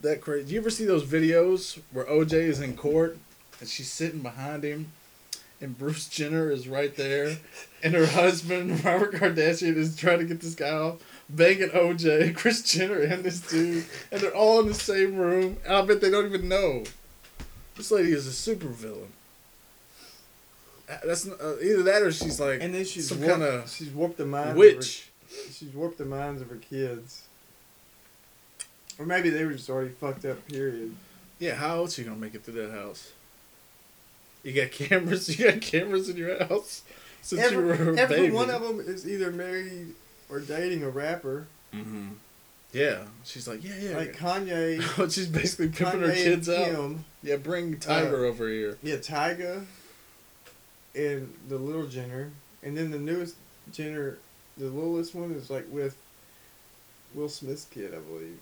Speaker 1: That crazy. Do you ever see those videos where OJ is in court and she's sitting behind him and Bruce Jenner is right there, and her husband <laughs> Robert Kardashian is trying to get this guy off, banging OJ, <laughs> Chris Jenner, and this dude, and they're all in the same room. And I bet they don't even know. This lady is a super villain. That's n- uh, either that or she's like
Speaker 2: And then she's
Speaker 1: some
Speaker 2: warped,
Speaker 1: kind of
Speaker 2: she's warped the minds.
Speaker 1: witch.
Speaker 2: Of her, she's warped the minds of her kids. Or maybe they were just already fucked up.
Speaker 1: <laughs>
Speaker 2: Period.
Speaker 1: Yeah, how else you gonna make it through that house? You got <laughs> cameras. You got cameras in your house since you were
Speaker 2: Every,
Speaker 1: a
Speaker 2: every
Speaker 1: baby.
Speaker 2: one of them is either married or dating a rapper.
Speaker 1: Mm-hmm. Yeah, she's like, yeah, yeah. <laughs>
Speaker 2: Like Kanye.
Speaker 1: she's basically pimping
Speaker 2: Kanye
Speaker 1: her kids
Speaker 2: and Uh,
Speaker 1: out.
Speaker 2: Kim.
Speaker 1: Yeah, bring Tiger over here.
Speaker 2: Yeah, Tyga and the little Jenner, and then the newest Jenner, the littlest one is like with Will Smith's kid, I believe.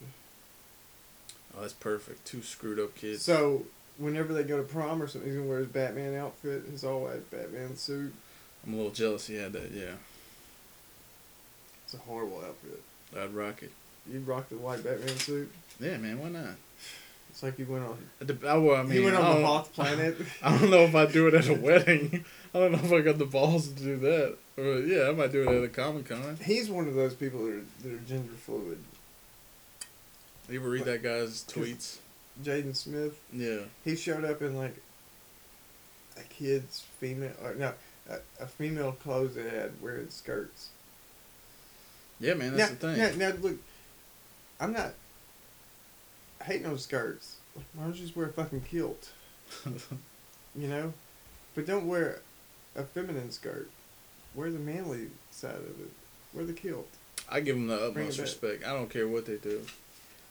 Speaker 1: Oh, that's perfect. Two screwed up kids.
Speaker 2: So whenever they go to prom or something, he's gonna wear his Batman outfit, his all white Batman suit.
Speaker 1: I'm a little jealous. He had that. Yeah,
Speaker 2: It's a horrible outfit.
Speaker 1: I'd rock it.
Speaker 2: You rock the white Batman suit.
Speaker 1: Yeah, man. Why not?
Speaker 2: It's like you went on.
Speaker 1: I, dep- I, well, I mean,
Speaker 2: you went
Speaker 1: I don't-
Speaker 2: on
Speaker 1: <laughs>
Speaker 2: the Hoth planet.
Speaker 1: I don't know if I do it at a wedding. I don't know if I got the balls to do that. But yeah, I might do it at a comic con.
Speaker 2: He's one of those people that are, that are gender fluid.
Speaker 1: You ever read that guy's tweets?
Speaker 2: Jaden Smith.
Speaker 1: Yeah.
Speaker 2: he showed up in like a kid's female or no a, a female clothes ad wearing skirts.
Speaker 1: Yeah, man. That's
Speaker 2: now,
Speaker 1: the thing.
Speaker 2: Now, now look, I'm not hating on skirts. Why don't you just wear a fucking kilt? you know, but don't wear a feminine skirt. Wear the manly side of it. Wear
Speaker 1: <laughs>
Speaker 2: the kilt.
Speaker 1: <laughs> I give them the
Speaker 2: Bring it
Speaker 1: utmost
Speaker 2: back.
Speaker 1: respect. I don't care what they do.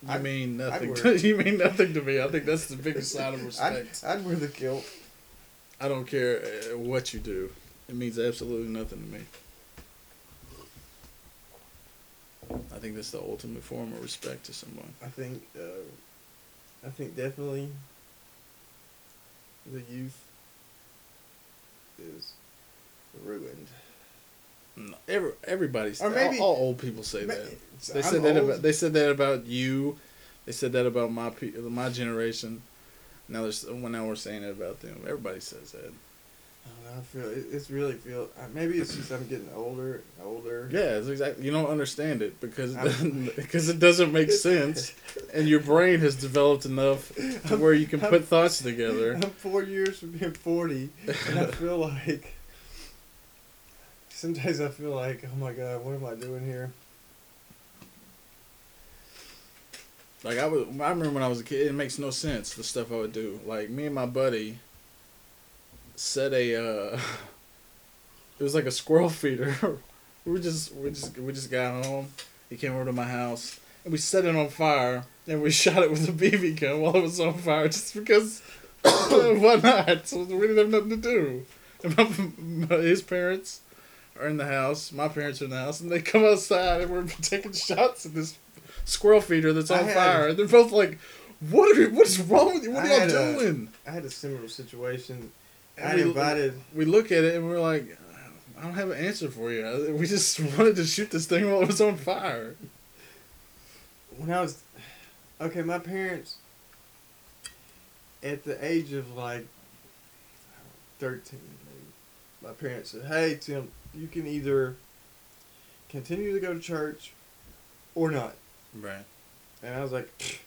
Speaker 1: You
Speaker 2: I-
Speaker 1: mean nothing.
Speaker 2: I'd
Speaker 1: To, <laughs>
Speaker 2: wear-
Speaker 1: you mean nothing to me. I think that's the biggest sign of
Speaker 2: <laughs> I'd,
Speaker 1: respect.
Speaker 2: I'd wear the kilt.
Speaker 1: I don't care uh, what you do. It means absolutely nothing to me. I think that's the ultimate form of respect to someone.
Speaker 2: I think, uh, I think definitely the youth is ruined.
Speaker 1: No, Every, everybody's
Speaker 2: Or maybe-
Speaker 1: all, all old people say
Speaker 2: Ma-
Speaker 1: that.
Speaker 2: it's-
Speaker 1: They
Speaker 2: I'm
Speaker 1: said that
Speaker 2: old.
Speaker 1: about they said that about you. They said that about my pe- my generation. Now there's well, now we're saying it about them. Everybody says that.
Speaker 2: I don't know. I feel it, it's really feel. uh, Maybe it's just I'm getting older, and older.
Speaker 1: Yeah, it's exactly. You don't understand it because
Speaker 2: I'm-
Speaker 1: because it doesn't
Speaker 2: <laughs>
Speaker 1: make sense, and your brain has developed enough to where you can put thoughts together.
Speaker 2: I'm <laughs> four years from being forty, and I feel like sometimes I feel like, oh my god, what am I doing here?
Speaker 1: Like I was, I remember when I was a kid, it makes no sense the stuff I would do. Like me and my buddy set a, uh, <laughs> it was like a squirrel feeder. <laughs> we were just we just we just got home. He came over to my house and we set it on fire and we <laughs> shot it with a BB gun while it was on fire just because <coughs> why not? So we didn't have nothing to do. And my, my- his parents are in the house. My parents are in the house, and they come outside and we're <laughs> taking shots at this squirrel feeder that's
Speaker 2: I
Speaker 1: on
Speaker 2: had-
Speaker 1: fire. And they're both like, "What are you, what is wrong with you? What
Speaker 2: I
Speaker 1: are y'all
Speaker 2: had a-
Speaker 1: doing?"
Speaker 2: I had a similar situation.
Speaker 1: And
Speaker 2: I
Speaker 1: we-
Speaker 2: invited.
Speaker 1: we look at it and we're like, I don't have an answer for you. <laughs> We just wanted to shoot this thing while it was on fire.
Speaker 2: when I was okay, my parents at the age of like thirteen, maybe, my parents said, "Hey Tim, you can either continue to go to church or not."
Speaker 1: Right.
Speaker 2: And I was like, "Pfft,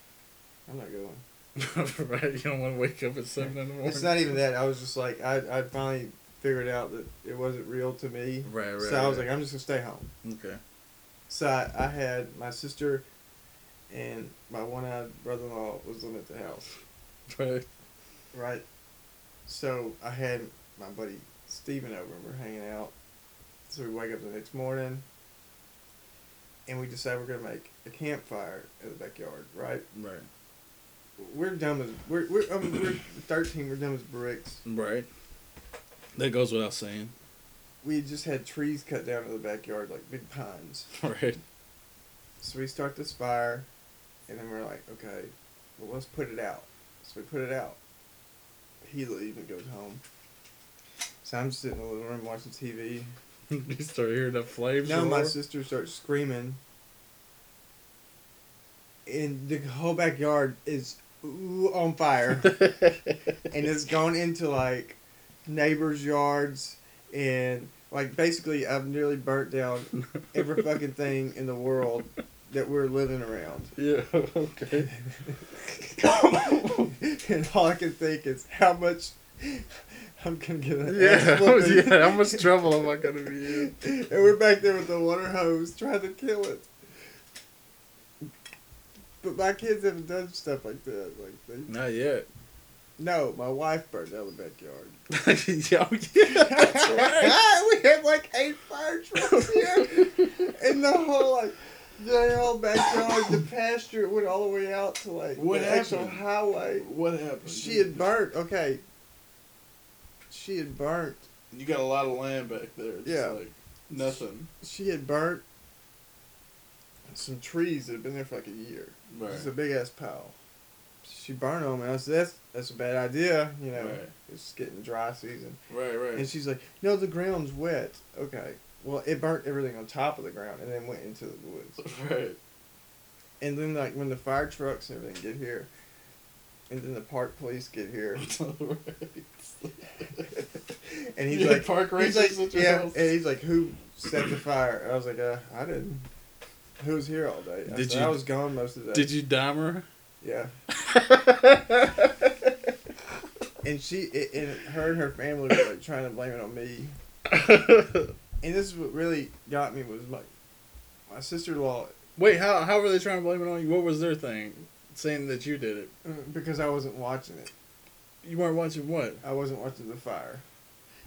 Speaker 2: "I'm not going."
Speaker 1: <laughs> right. You don't want to wake up at seven in the morning.
Speaker 2: It's not even that. I was just like, I I finally figured out that it wasn't real to me.
Speaker 1: Right. Right.
Speaker 2: so I was
Speaker 1: right.
Speaker 2: like, I'm just gonna stay home.
Speaker 1: okay.
Speaker 2: So I, I had my sister and my one-eyed brother-in-law was living at the house.
Speaker 1: Right.
Speaker 2: Right. So I had my buddy Steven over and we're hanging out. So we wake up the next morning and we decide we're gonna make a campfire in the backyard, right?
Speaker 1: Right.
Speaker 2: We're dumb as we're we're, I mean, we're thirteen, we're dumb as bricks.
Speaker 1: Right. That goes without saying. <laughs>
Speaker 2: We had just had trees cut down in the backyard, like big pines.
Speaker 1: Right. <laughs>
Speaker 2: So we start this fire and then we're like, Okay, well let's put it out. So we put it out. He leaves and goes home. So I'm sitting in the living room watching TV.
Speaker 1: you start hearing the flames.
Speaker 2: No, my
Speaker 1: roar. <laughs>
Speaker 2: sister starts screaming, and the
Speaker 1: <laughs>
Speaker 2: whole backyard is ooh, on fire, and it's gone into like neighbors' yards, and like basically, I've nearly burnt down <laughs> every fucking thing in the world that we're
Speaker 1: <coughs>
Speaker 2: living around.
Speaker 1: Yeah.
Speaker 2: <laughs>
Speaker 1: Okay.
Speaker 2: and all I can think is how much I'm gonna get. An
Speaker 1: <laughs> Yeah.
Speaker 2: ass whooping.
Speaker 1: yeah. How much trouble am I gonna be in?
Speaker 2: <laughs> and we're back there with the water hose trying to kill it. But my kids haven't done stuff like that. Like they,
Speaker 1: Not yet. <laughs>
Speaker 2: no, my wife burned down the backyard.
Speaker 1: yeah, oh,
Speaker 2: <laughs>
Speaker 1: yeah, <laughs> that's right.
Speaker 2: we had like eight fire trucks here,
Speaker 1: <laughs>
Speaker 2: and the whole like the whole backyard, the pasture went all the way out to like
Speaker 1: What
Speaker 2: the actual
Speaker 1: happened?
Speaker 2: highway.
Speaker 1: What happened?
Speaker 2: She had burnt. Okay. She had burnt.
Speaker 1: You got a lot of land back there. Just
Speaker 2: Yeah.
Speaker 1: Like nothing.
Speaker 2: She had burnt some trees that had been there for like a year.
Speaker 1: Right.
Speaker 2: It's a big ass pile. She burned them, and I said, "That's that's a bad idea." You know,
Speaker 1: Right.
Speaker 2: it's getting dry season.
Speaker 1: Right. Right.
Speaker 2: And she's like, "No, the ground's wet." Okay. Well, it burnt everything on top of the ground and then went into the woods.
Speaker 1: <laughs> right.
Speaker 2: And then, like, when the fire trucks and everything get here, and then the park police get
Speaker 1: <laughs>
Speaker 2: here, and he's
Speaker 1: Yeah,
Speaker 2: like,
Speaker 1: park
Speaker 2: he's
Speaker 1: rangers
Speaker 2: like,
Speaker 1: at your
Speaker 2: yeah,
Speaker 1: house.
Speaker 2: and he's like, who set the fire? And I was like, uh, I didn't. Who was here all day? I
Speaker 1: Did
Speaker 2: said,
Speaker 1: you-
Speaker 2: I was gone most of the day.
Speaker 1: Did you dime <laughs> her?
Speaker 2: Yeah. And she, it, and her and her family were like trying to blame it on me. And this is what really got me was like, my sister-in-law,
Speaker 1: Wait, how how were they trying to blame it on you? What was their thing? Saying that you did it.
Speaker 2: uh, because I wasn't watching it.
Speaker 1: You weren't watching what?
Speaker 2: I wasn't watching the fire.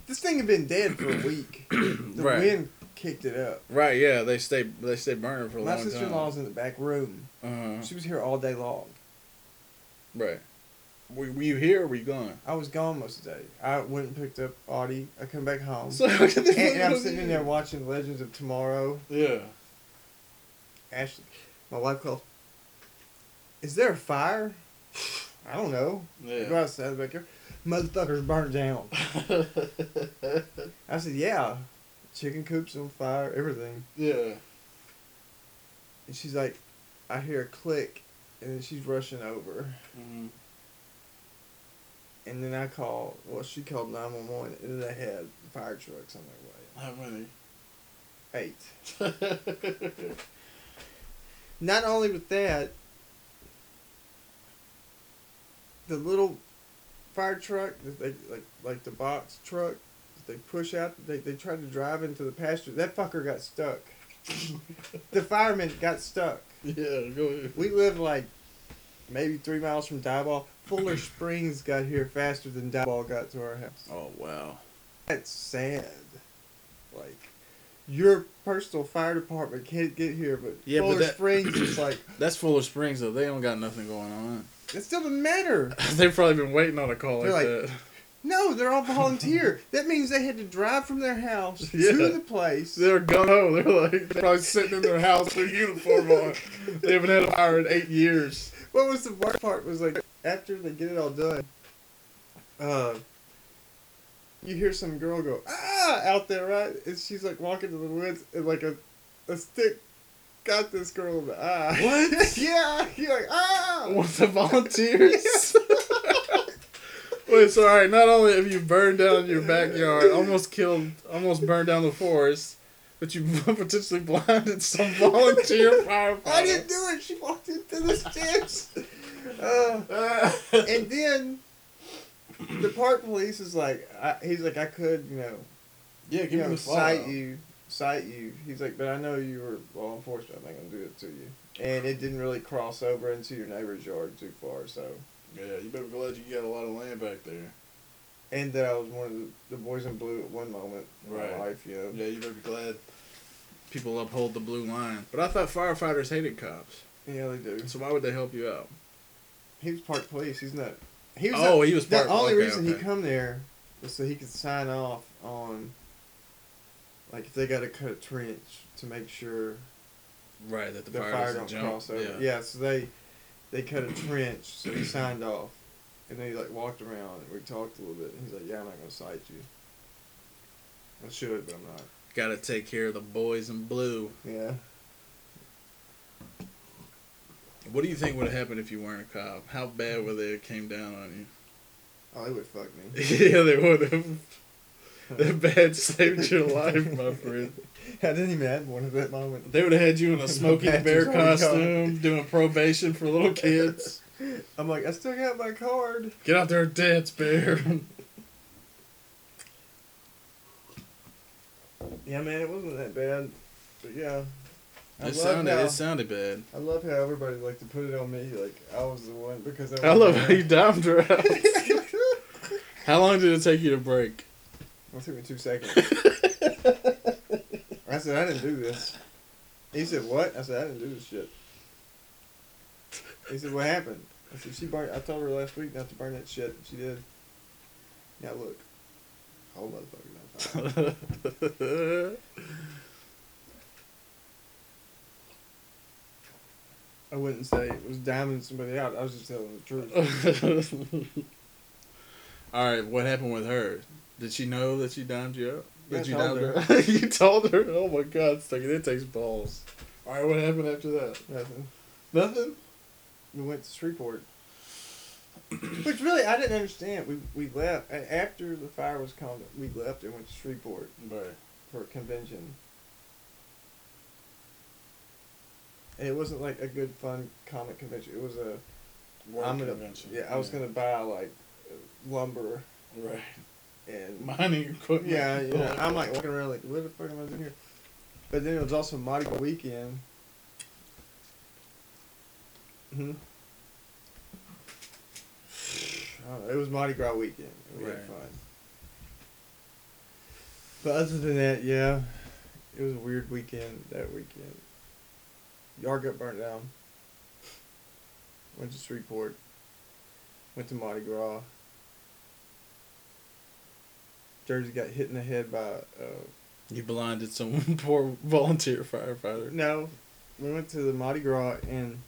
Speaker 2: This thing had been dead for a
Speaker 1: <clears throat>
Speaker 2: week. The
Speaker 1: Right.
Speaker 2: wind kicked it up.
Speaker 1: Right, yeah, they stay they stay burning for a
Speaker 2: My
Speaker 1: long
Speaker 2: sister in
Speaker 1: time.
Speaker 2: law was in the back room.
Speaker 1: Uh-huh.
Speaker 2: She was here all day long.
Speaker 1: Right. Were, were you here or were you gone?
Speaker 2: I was gone most of the day. I went and picked up Audie. I come back home.
Speaker 1: So <laughs>
Speaker 2: and, and I'm sitting in there watching Legends of Tomorrow.
Speaker 1: Yeah. <laughs>
Speaker 2: Ashley, my wife calls. Is there a fire? I don't know. I Go
Speaker 1: Yeah.
Speaker 2: outside back here. Motherfuckers burnt down. I said, yeah. Chicken coops on fire, everything.
Speaker 1: yeah.
Speaker 2: And she's like, I hear a click, and then she's rushing over.
Speaker 1: Mhm.
Speaker 2: And then I call, well, she called 911, and then they had fire trucks on their
Speaker 1: How <laughs> many?
Speaker 2: way. Eight. Not only with that, the little fire truck, that they, like like the box truck, that they push out, they, they tried to drive into the pasture. That fucker got stuck. the fireman got stuck.
Speaker 1: yeah, go ahead.
Speaker 2: We live like maybe three miles from Dieball.
Speaker 1: <clears throat>
Speaker 2: Fuller Springs got here faster than Dieball got to our house.
Speaker 1: Oh wow.
Speaker 2: That's sad. Like your personal fire department can't get here, but
Speaker 1: Yeah, but
Speaker 2: Fuller
Speaker 1: that-
Speaker 2: Springs is like
Speaker 1: That's Fuller Springs though. They don't got nothing going on.
Speaker 2: it still doesn't matter.
Speaker 1: <laughs> <clears throat> They've probably been waiting on a call
Speaker 2: They're
Speaker 1: like,
Speaker 2: like, No, they're all volunteer. that means they had to drive from their
Speaker 1: <laughs>
Speaker 2: house
Speaker 1: Yeah.
Speaker 2: to the place.
Speaker 1: that. They're gung ho. They're like they're probably sitting in their house with uniform on. They haven't had a fire in eight years.
Speaker 2: what was the worst part was like after they get it all done, uh, you hear some girl go ah out there, right? And she's like walking to the woods, and like a a stick got this girl in the eye.
Speaker 1: What?
Speaker 2: <laughs> yeah, you're like ah.
Speaker 1: One of the volunteers. <laughs> Wait, so all right. Not only have you burned down your backyard, almost killed, almost burned down the forest, but you <laughs> potentially blinded some volunteer firefighter.
Speaker 2: I didn't do it. She walked
Speaker 1: <laughs>
Speaker 2: into the steps. Uh, and then the park police is like, I, he's like, I could, you know,
Speaker 1: yeah, give
Speaker 2: you
Speaker 1: him
Speaker 2: know,
Speaker 1: the
Speaker 2: cite
Speaker 1: fight.
Speaker 2: you, cite you. He's like, but I know you were law enforcement. I'm not gonna do it to you. And it didn't really cross over into your neighbor's yard too far. So,
Speaker 1: Yeah, you better be glad you got a lot of land back there.
Speaker 2: and that I was one of the, the boys in blue at one moment in
Speaker 1: Right.
Speaker 2: my life. You know,
Speaker 1: Yeah, you better be glad people uphold the blue line. But I thought firefighters hated cops,
Speaker 2: yeah, they do.
Speaker 1: so why would they help you out?
Speaker 2: He was park police. He's not. He was.
Speaker 1: Oh,
Speaker 2: not-
Speaker 1: he was
Speaker 2: The
Speaker 1: park-
Speaker 2: only
Speaker 1: okay,
Speaker 2: reason
Speaker 1: okay.
Speaker 2: he come there was so he could sign off on, like, if they got to cut a trench to make sure
Speaker 1: Right, that
Speaker 2: the,
Speaker 1: the,
Speaker 2: fire,
Speaker 1: fire,
Speaker 2: don't
Speaker 1: doesn't jump.
Speaker 2: cross over. Yeah.
Speaker 1: Yeah.
Speaker 2: so they they cut a trench, so he signed off, and then he like walked around and we talked a little bit. And he's like, "Yeah, I'm not gonna cite you. I should, but I'm not."
Speaker 1: Got to take care of the boys in blue.
Speaker 2: Yeah.
Speaker 1: What do you think would have happened if you weren't a cop? How bad would they have came down on you?
Speaker 2: Oh, they would fuck
Speaker 1: <laughs>
Speaker 2: me.
Speaker 1: yeah, they would have. That bad saved your life, my friend.
Speaker 2: <laughs> I didn't even have one at that moment.
Speaker 1: They would have had you in a Smokey the Bear costume, doing probation for little kids.
Speaker 2: I'm like, I still got my card.
Speaker 1: Get out there and dance, bear.
Speaker 2: Yeah, man, it wasn't that bad. But yeah.
Speaker 1: It
Speaker 2: I love
Speaker 1: sounded,
Speaker 2: how,
Speaker 1: it sounded bad.
Speaker 2: I love how everybody like to put it on me. Like I was the one
Speaker 1: <laughs>
Speaker 2: because I.
Speaker 1: I
Speaker 2: was
Speaker 1: love
Speaker 2: the
Speaker 1: how
Speaker 2: one.
Speaker 1: you
Speaker 2: <laughs>
Speaker 1: dimed her <laughs> out. How long did it take you to <laughs> break?
Speaker 2: It took me two seconds. <laughs> I said I didn't do this. He said what? I said I didn't do this shit. He said what happened? I said she burned. I told her last week not to burn that shit. She did. Now look, whole motherfucker. not fine. I wouldn't say it was diming somebody out. I was just telling the truth.
Speaker 1: <laughs> All right, what happened with her? Did she know that you dimed you up?
Speaker 2: Yeah, I
Speaker 1: That you
Speaker 2: told
Speaker 1: dimed her? <laughs> you told her? Oh my God, Stucky, that takes balls. All right, what happened after that?
Speaker 2: Nothing.
Speaker 1: Nothing.
Speaker 2: We went to Shreveport. Which really I didn't understand. We we left and after the fire was calmed, we left and went to Shreveport
Speaker 1: Right.
Speaker 2: for a convention. And it wasn't like a good fun comic convention. It was a I'm gonna- yeah, I was gonna buy like lumber
Speaker 1: gonna right
Speaker 2: and
Speaker 1: <laughs> mining equipment.
Speaker 2: yeah, you know, I'm like walking around like what the fuck am I doing here? But then it was also Mardi Gras weekend. Hmm. I don't know. It was Mardi Gras weekend. and We
Speaker 1: Right.
Speaker 2: had fun. But other than that, yeah, it was a weird weekend that weekend. Yard got burnt down. Went to Shreveport. Went to Mardi Gras. Jersey got hit in the head by uh,
Speaker 1: you blinded someone, <laughs> poor volunteer firefighter.
Speaker 2: No, we went to the Mardi Gras and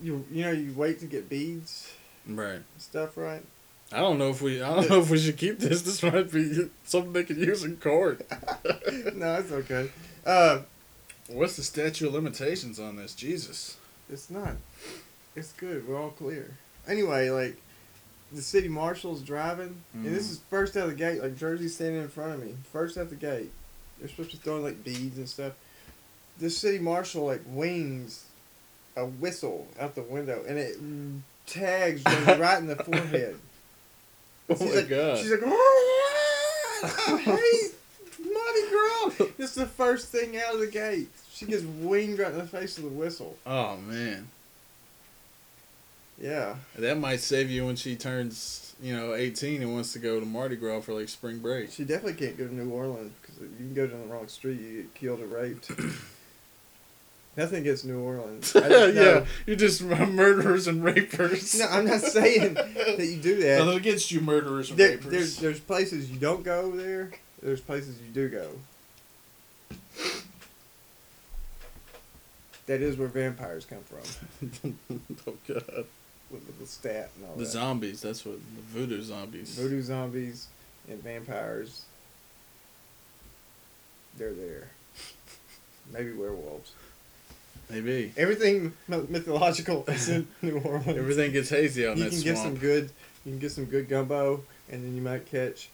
Speaker 2: you you know you wait to get beads
Speaker 1: Right.
Speaker 2: and stuff right.
Speaker 1: I don't know if we. I don't know if we should keep this. This might be something they could use in court.
Speaker 2: no, it's okay. Uh,
Speaker 1: <laughs> What's the statute of limitations on this? Jesus.
Speaker 2: it's not. It's good. We're all clear. Anyway, like the city marshal's driving, and this
Speaker 1: Mhm.
Speaker 2: is first out of the gate. Like Jersey's standing in front of me, first out the gate. They're supposed to be throwing like beads and stuff. The city marshal like wings a whistle out the window, and it tags Jersey right in the forehead.
Speaker 1: Oh
Speaker 2: She's
Speaker 1: my
Speaker 2: like,
Speaker 1: god.
Speaker 2: She's like, oh, hey, Mardi
Speaker 1: <laughs>
Speaker 2: Gras. This is the first thing out of the gate. She gets winged right in the face of the whistle.
Speaker 1: oh man,
Speaker 2: Yeah.
Speaker 1: that might save you when she turns, you know, eighteen and wants to go to Mardi Gras for like spring break. <laughs>
Speaker 2: She definitely can't go to New Orleans because if you can go down the wrong street, you get killed or
Speaker 1: <clears throat>
Speaker 2: raped. Nothing against
Speaker 1: <laughs>
Speaker 2: New Orleans. I just know-
Speaker 1: yeah, you're just <laughs> m- murderers and rapers.
Speaker 2: No, I'm not saying that you do that.
Speaker 1: Nothing against you, murderers and
Speaker 2: There,
Speaker 1: rapers.
Speaker 2: there's there's places you don't go there. There's places you do go. That is where vampires come from.
Speaker 1: <laughs> oh god,
Speaker 2: With the- the stat and all
Speaker 1: the
Speaker 2: that.
Speaker 1: zombies. That's what the voodoo zombies.
Speaker 2: Voodoo zombies and vampires. They're there. Maybe werewolves.
Speaker 1: Maybe
Speaker 2: Everything myth- mythological <laughs> is in New Orleans.
Speaker 1: everything gets hazy on
Speaker 2: you
Speaker 1: that
Speaker 2: can
Speaker 1: swamp.
Speaker 2: get some good you can get some good gumbo and then you might catch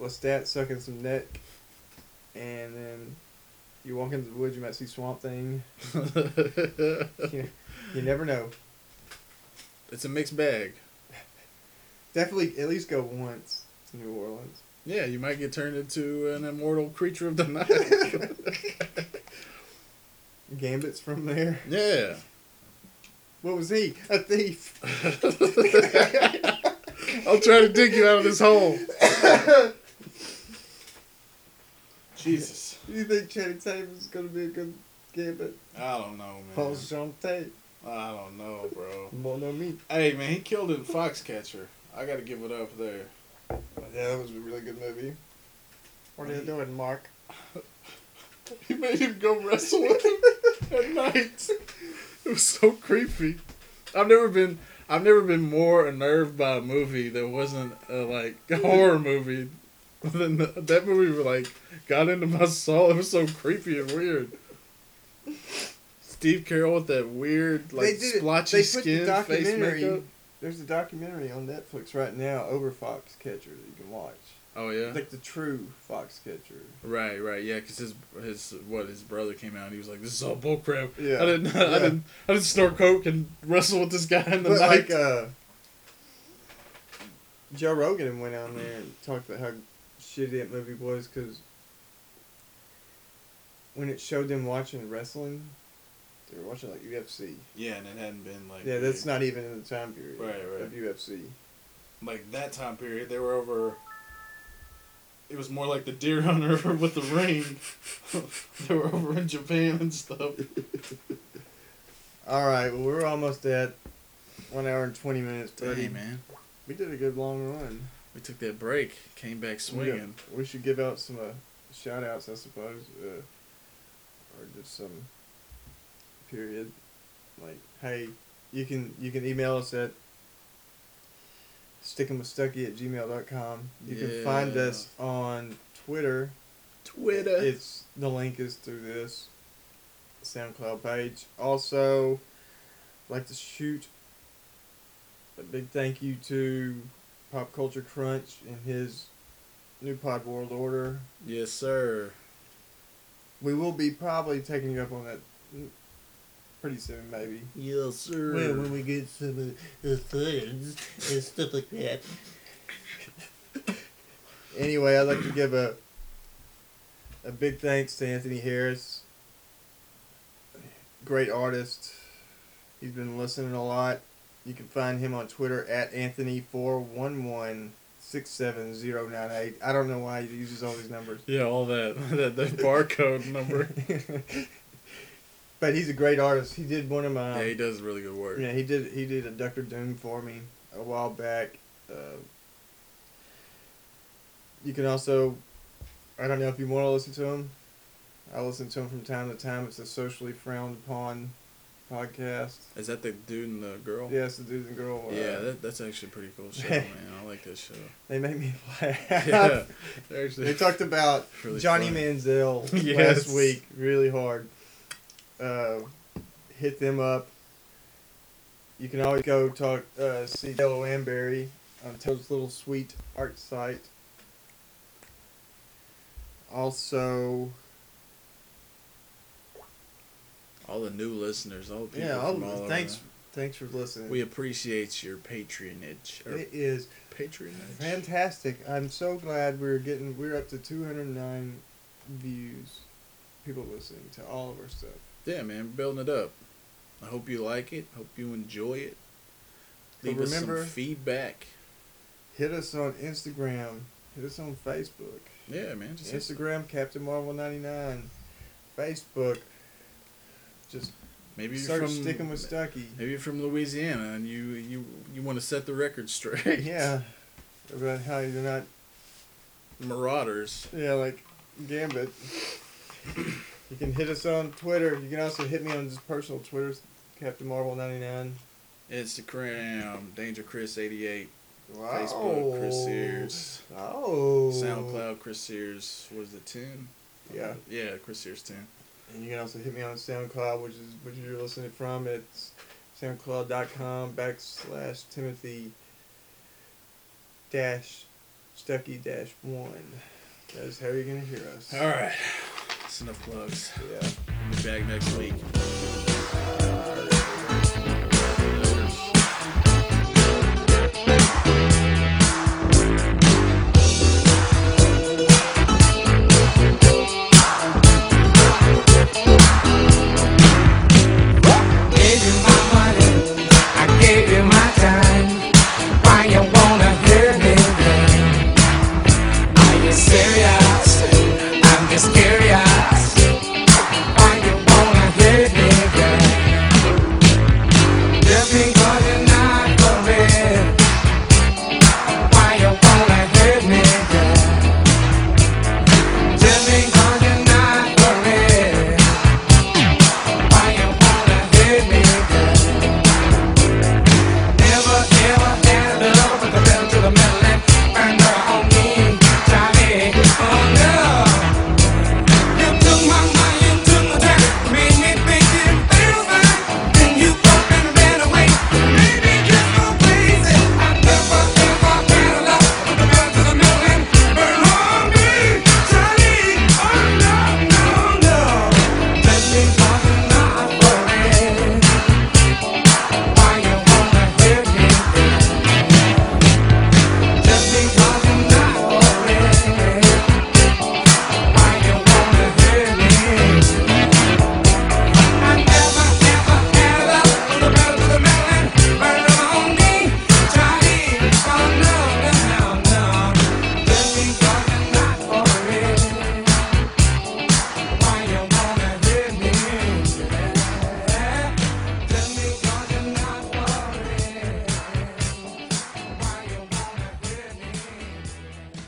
Speaker 2: Lestat sucking some neck and then you walk into the woods you might see swamp thing <laughs> you, you never know
Speaker 1: <laughs> it's a mixed bag.
Speaker 2: definitely at least go once to New Orleans
Speaker 1: Yeah, you might get turned into an immortal creature of the night. <laughs>
Speaker 2: Gambit's from there
Speaker 1: yeah. <laughs>
Speaker 2: what was he a thief <laughs>
Speaker 1: I'll try to dig you out of this hole. Jesus.
Speaker 2: you think Channing Tatum is gonna be a good Gambit
Speaker 1: I don't know,
Speaker 2: Paul
Speaker 1: man.
Speaker 2: Jean Tate
Speaker 1: I don't know, bro.
Speaker 2: more know me
Speaker 1: Hey, man, he killed a foxcatcher. I gotta give it up there.
Speaker 2: yeah that was a really good movie what are you doing Mark
Speaker 1: He made him go wrestle <laughs> with him at night. It was so creepy. I've never been I've never been more unnerved by a movie that wasn't a, like a horror movie. Than the, that movie like got into my soul. It was so creepy and weird. Steve Carroll with that weird like
Speaker 2: did it-
Speaker 1: splotchy
Speaker 2: they put the
Speaker 1: skin face
Speaker 2: documentary-
Speaker 1: makeup.
Speaker 2: There's a documentary on Netflix right now over foxcatcher that you can watch.
Speaker 1: Oh yeah.
Speaker 2: It's like the true foxcatcher.
Speaker 1: Right, right, yeah, because his his what his brother came out and he was like, "This is all bullcrap."
Speaker 2: Yeah,
Speaker 1: I didn't,
Speaker 2: yeah.
Speaker 1: I didn't, I didn't snort coke and wrestle with this guy in the
Speaker 2: <laughs> But
Speaker 1: night.
Speaker 2: like uh, Joe Rogan went on there and talked about how shitty that movie was because when it showed them watching wrestling, they were watching like UFC.
Speaker 1: yeah, and it hadn't been like
Speaker 2: Yeah, that's not even in the time period
Speaker 1: Right, right.
Speaker 2: of UFC.
Speaker 1: like that time period. They were over. It was more like the deer hunter <laughs> with the ring. they were over in Japan and stuff.
Speaker 2: All right, well we're almost at one hour and twenty minutes. Buddy.
Speaker 1: man,
Speaker 2: We did a good long run.
Speaker 1: we took that break, came back swinging.
Speaker 2: Yeah, we should give out some uh, shout outs, I suppose, uh, or just some period. Like, hey, you can you can email us at stickemwithstucky at gmail.com. You can find
Speaker 1: Yeah.
Speaker 2: us on Twitter.
Speaker 1: Twitter.
Speaker 2: It's the link is through this SoundCloud page. Also, I'd like to shoot a big thank you to Pop Culture Crunch and his new Pod World Order.
Speaker 1: yes, sir.
Speaker 2: We will be probably taking you up on that pretty soon, maybe.
Speaker 1: Yes, sir.
Speaker 2: we get some uh, uh, funds and stuff like that. Anyway, I'd like to give a a big thanks to Anthony Harris. Great artist. He's been listening a lot. You can find him on Twitter at Anthony41167098. I don't know why he uses all these numbers.
Speaker 1: yeah, all that <laughs> that, that barcode
Speaker 2: <laughs>
Speaker 1: number.
Speaker 2: but he's a great artist. He did one of my
Speaker 1: Yeah, he does really good work.
Speaker 2: yeah, he did. He did a Doctor Doom for me a while back. Uh, you can also, I don't know if you want to listen to him. I listen to him from time to time. It's a socially frowned upon podcast.
Speaker 1: Is that the dude and the girl?
Speaker 2: Yeah, it's the dude and girl. uh,
Speaker 1: Yeah, that, that's actually pretty cool
Speaker 2: <laughs>
Speaker 1: show, man. I like that show.
Speaker 2: they make me <laughs> laugh.
Speaker 1: Yeah, actually.
Speaker 2: They talked about
Speaker 1: <laughs> Really
Speaker 2: Johnny
Speaker 1: funny.
Speaker 2: Manziel
Speaker 1: <laughs> Yes.
Speaker 2: last week really hard. Uh, hit them up. You can always go talk uh, see Della Lamberry on Toad's Little Sweet art site. Also,
Speaker 1: all the new listeners, all the people
Speaker 2: yeah,
Speaker 1: from
Speaker 2: all-
Speaker 1: all
Speaker 2: thanks,
Speaker 1: over.
Speaker 2: thanks for listening.
Speaker 1: We appreciate your patronage. Or
Speaker 2: it is
Speaker 1: patronage.
Speaker 2: fantastic. I'm so glad we're getting we're up to 209 views. People listening to all of our stuff.
Speaker 1: Yeah, man, building it up. I hope you like it. Hope you enjoy it.
Speaker 2: But
Speaker 1: Leave us
Speaker 2: remember-
Speaker 1: some feedback.
Speaker 2: Hit us on Instagram. Hit us on Facebook.
Speaker 1: Yeah, man. Just
Speaker 2: Instagram, Captain Marvel 99. Facebook. Just
Speaker 1: maybe you're
Speaker 2: search
Speaker 1: from
Speaker 2: Sticking with Stucky.
Speaker 1: maybe you're from Louisiana and you you you want to set the record straight.
Speaker 2: Yeah. About how you're not,
Speaker 1: <laughs> Marauders.
Speaker 2: yeah, like Gambit. You can hit us on Twitter. You can also hit me on just personal Twitter, Captain Marvel 99.
Speaker 1: Instagram. Danger Chris eighty eight. Facebook, Chris Sears.
Speaker 2: Oh.
Speaker 1: SoundCloud, Chris Sears. What is it, 10?
Speaker 2: Yeah.
Speaker 1: Yeah, Chris Sears 10.
Speaker 2: And you can also hit me on SoundCloud, which is which you're listening from. It's soundcloud.com backslash Timothy dash Stucky dash one. That is how you're gonna hear us.
Speaker 1: All right. That's enough plugs.
Speaker 2: Yeah.
Speaker 1: Be back next week.
Speaker 8: gave you my money, I gave you my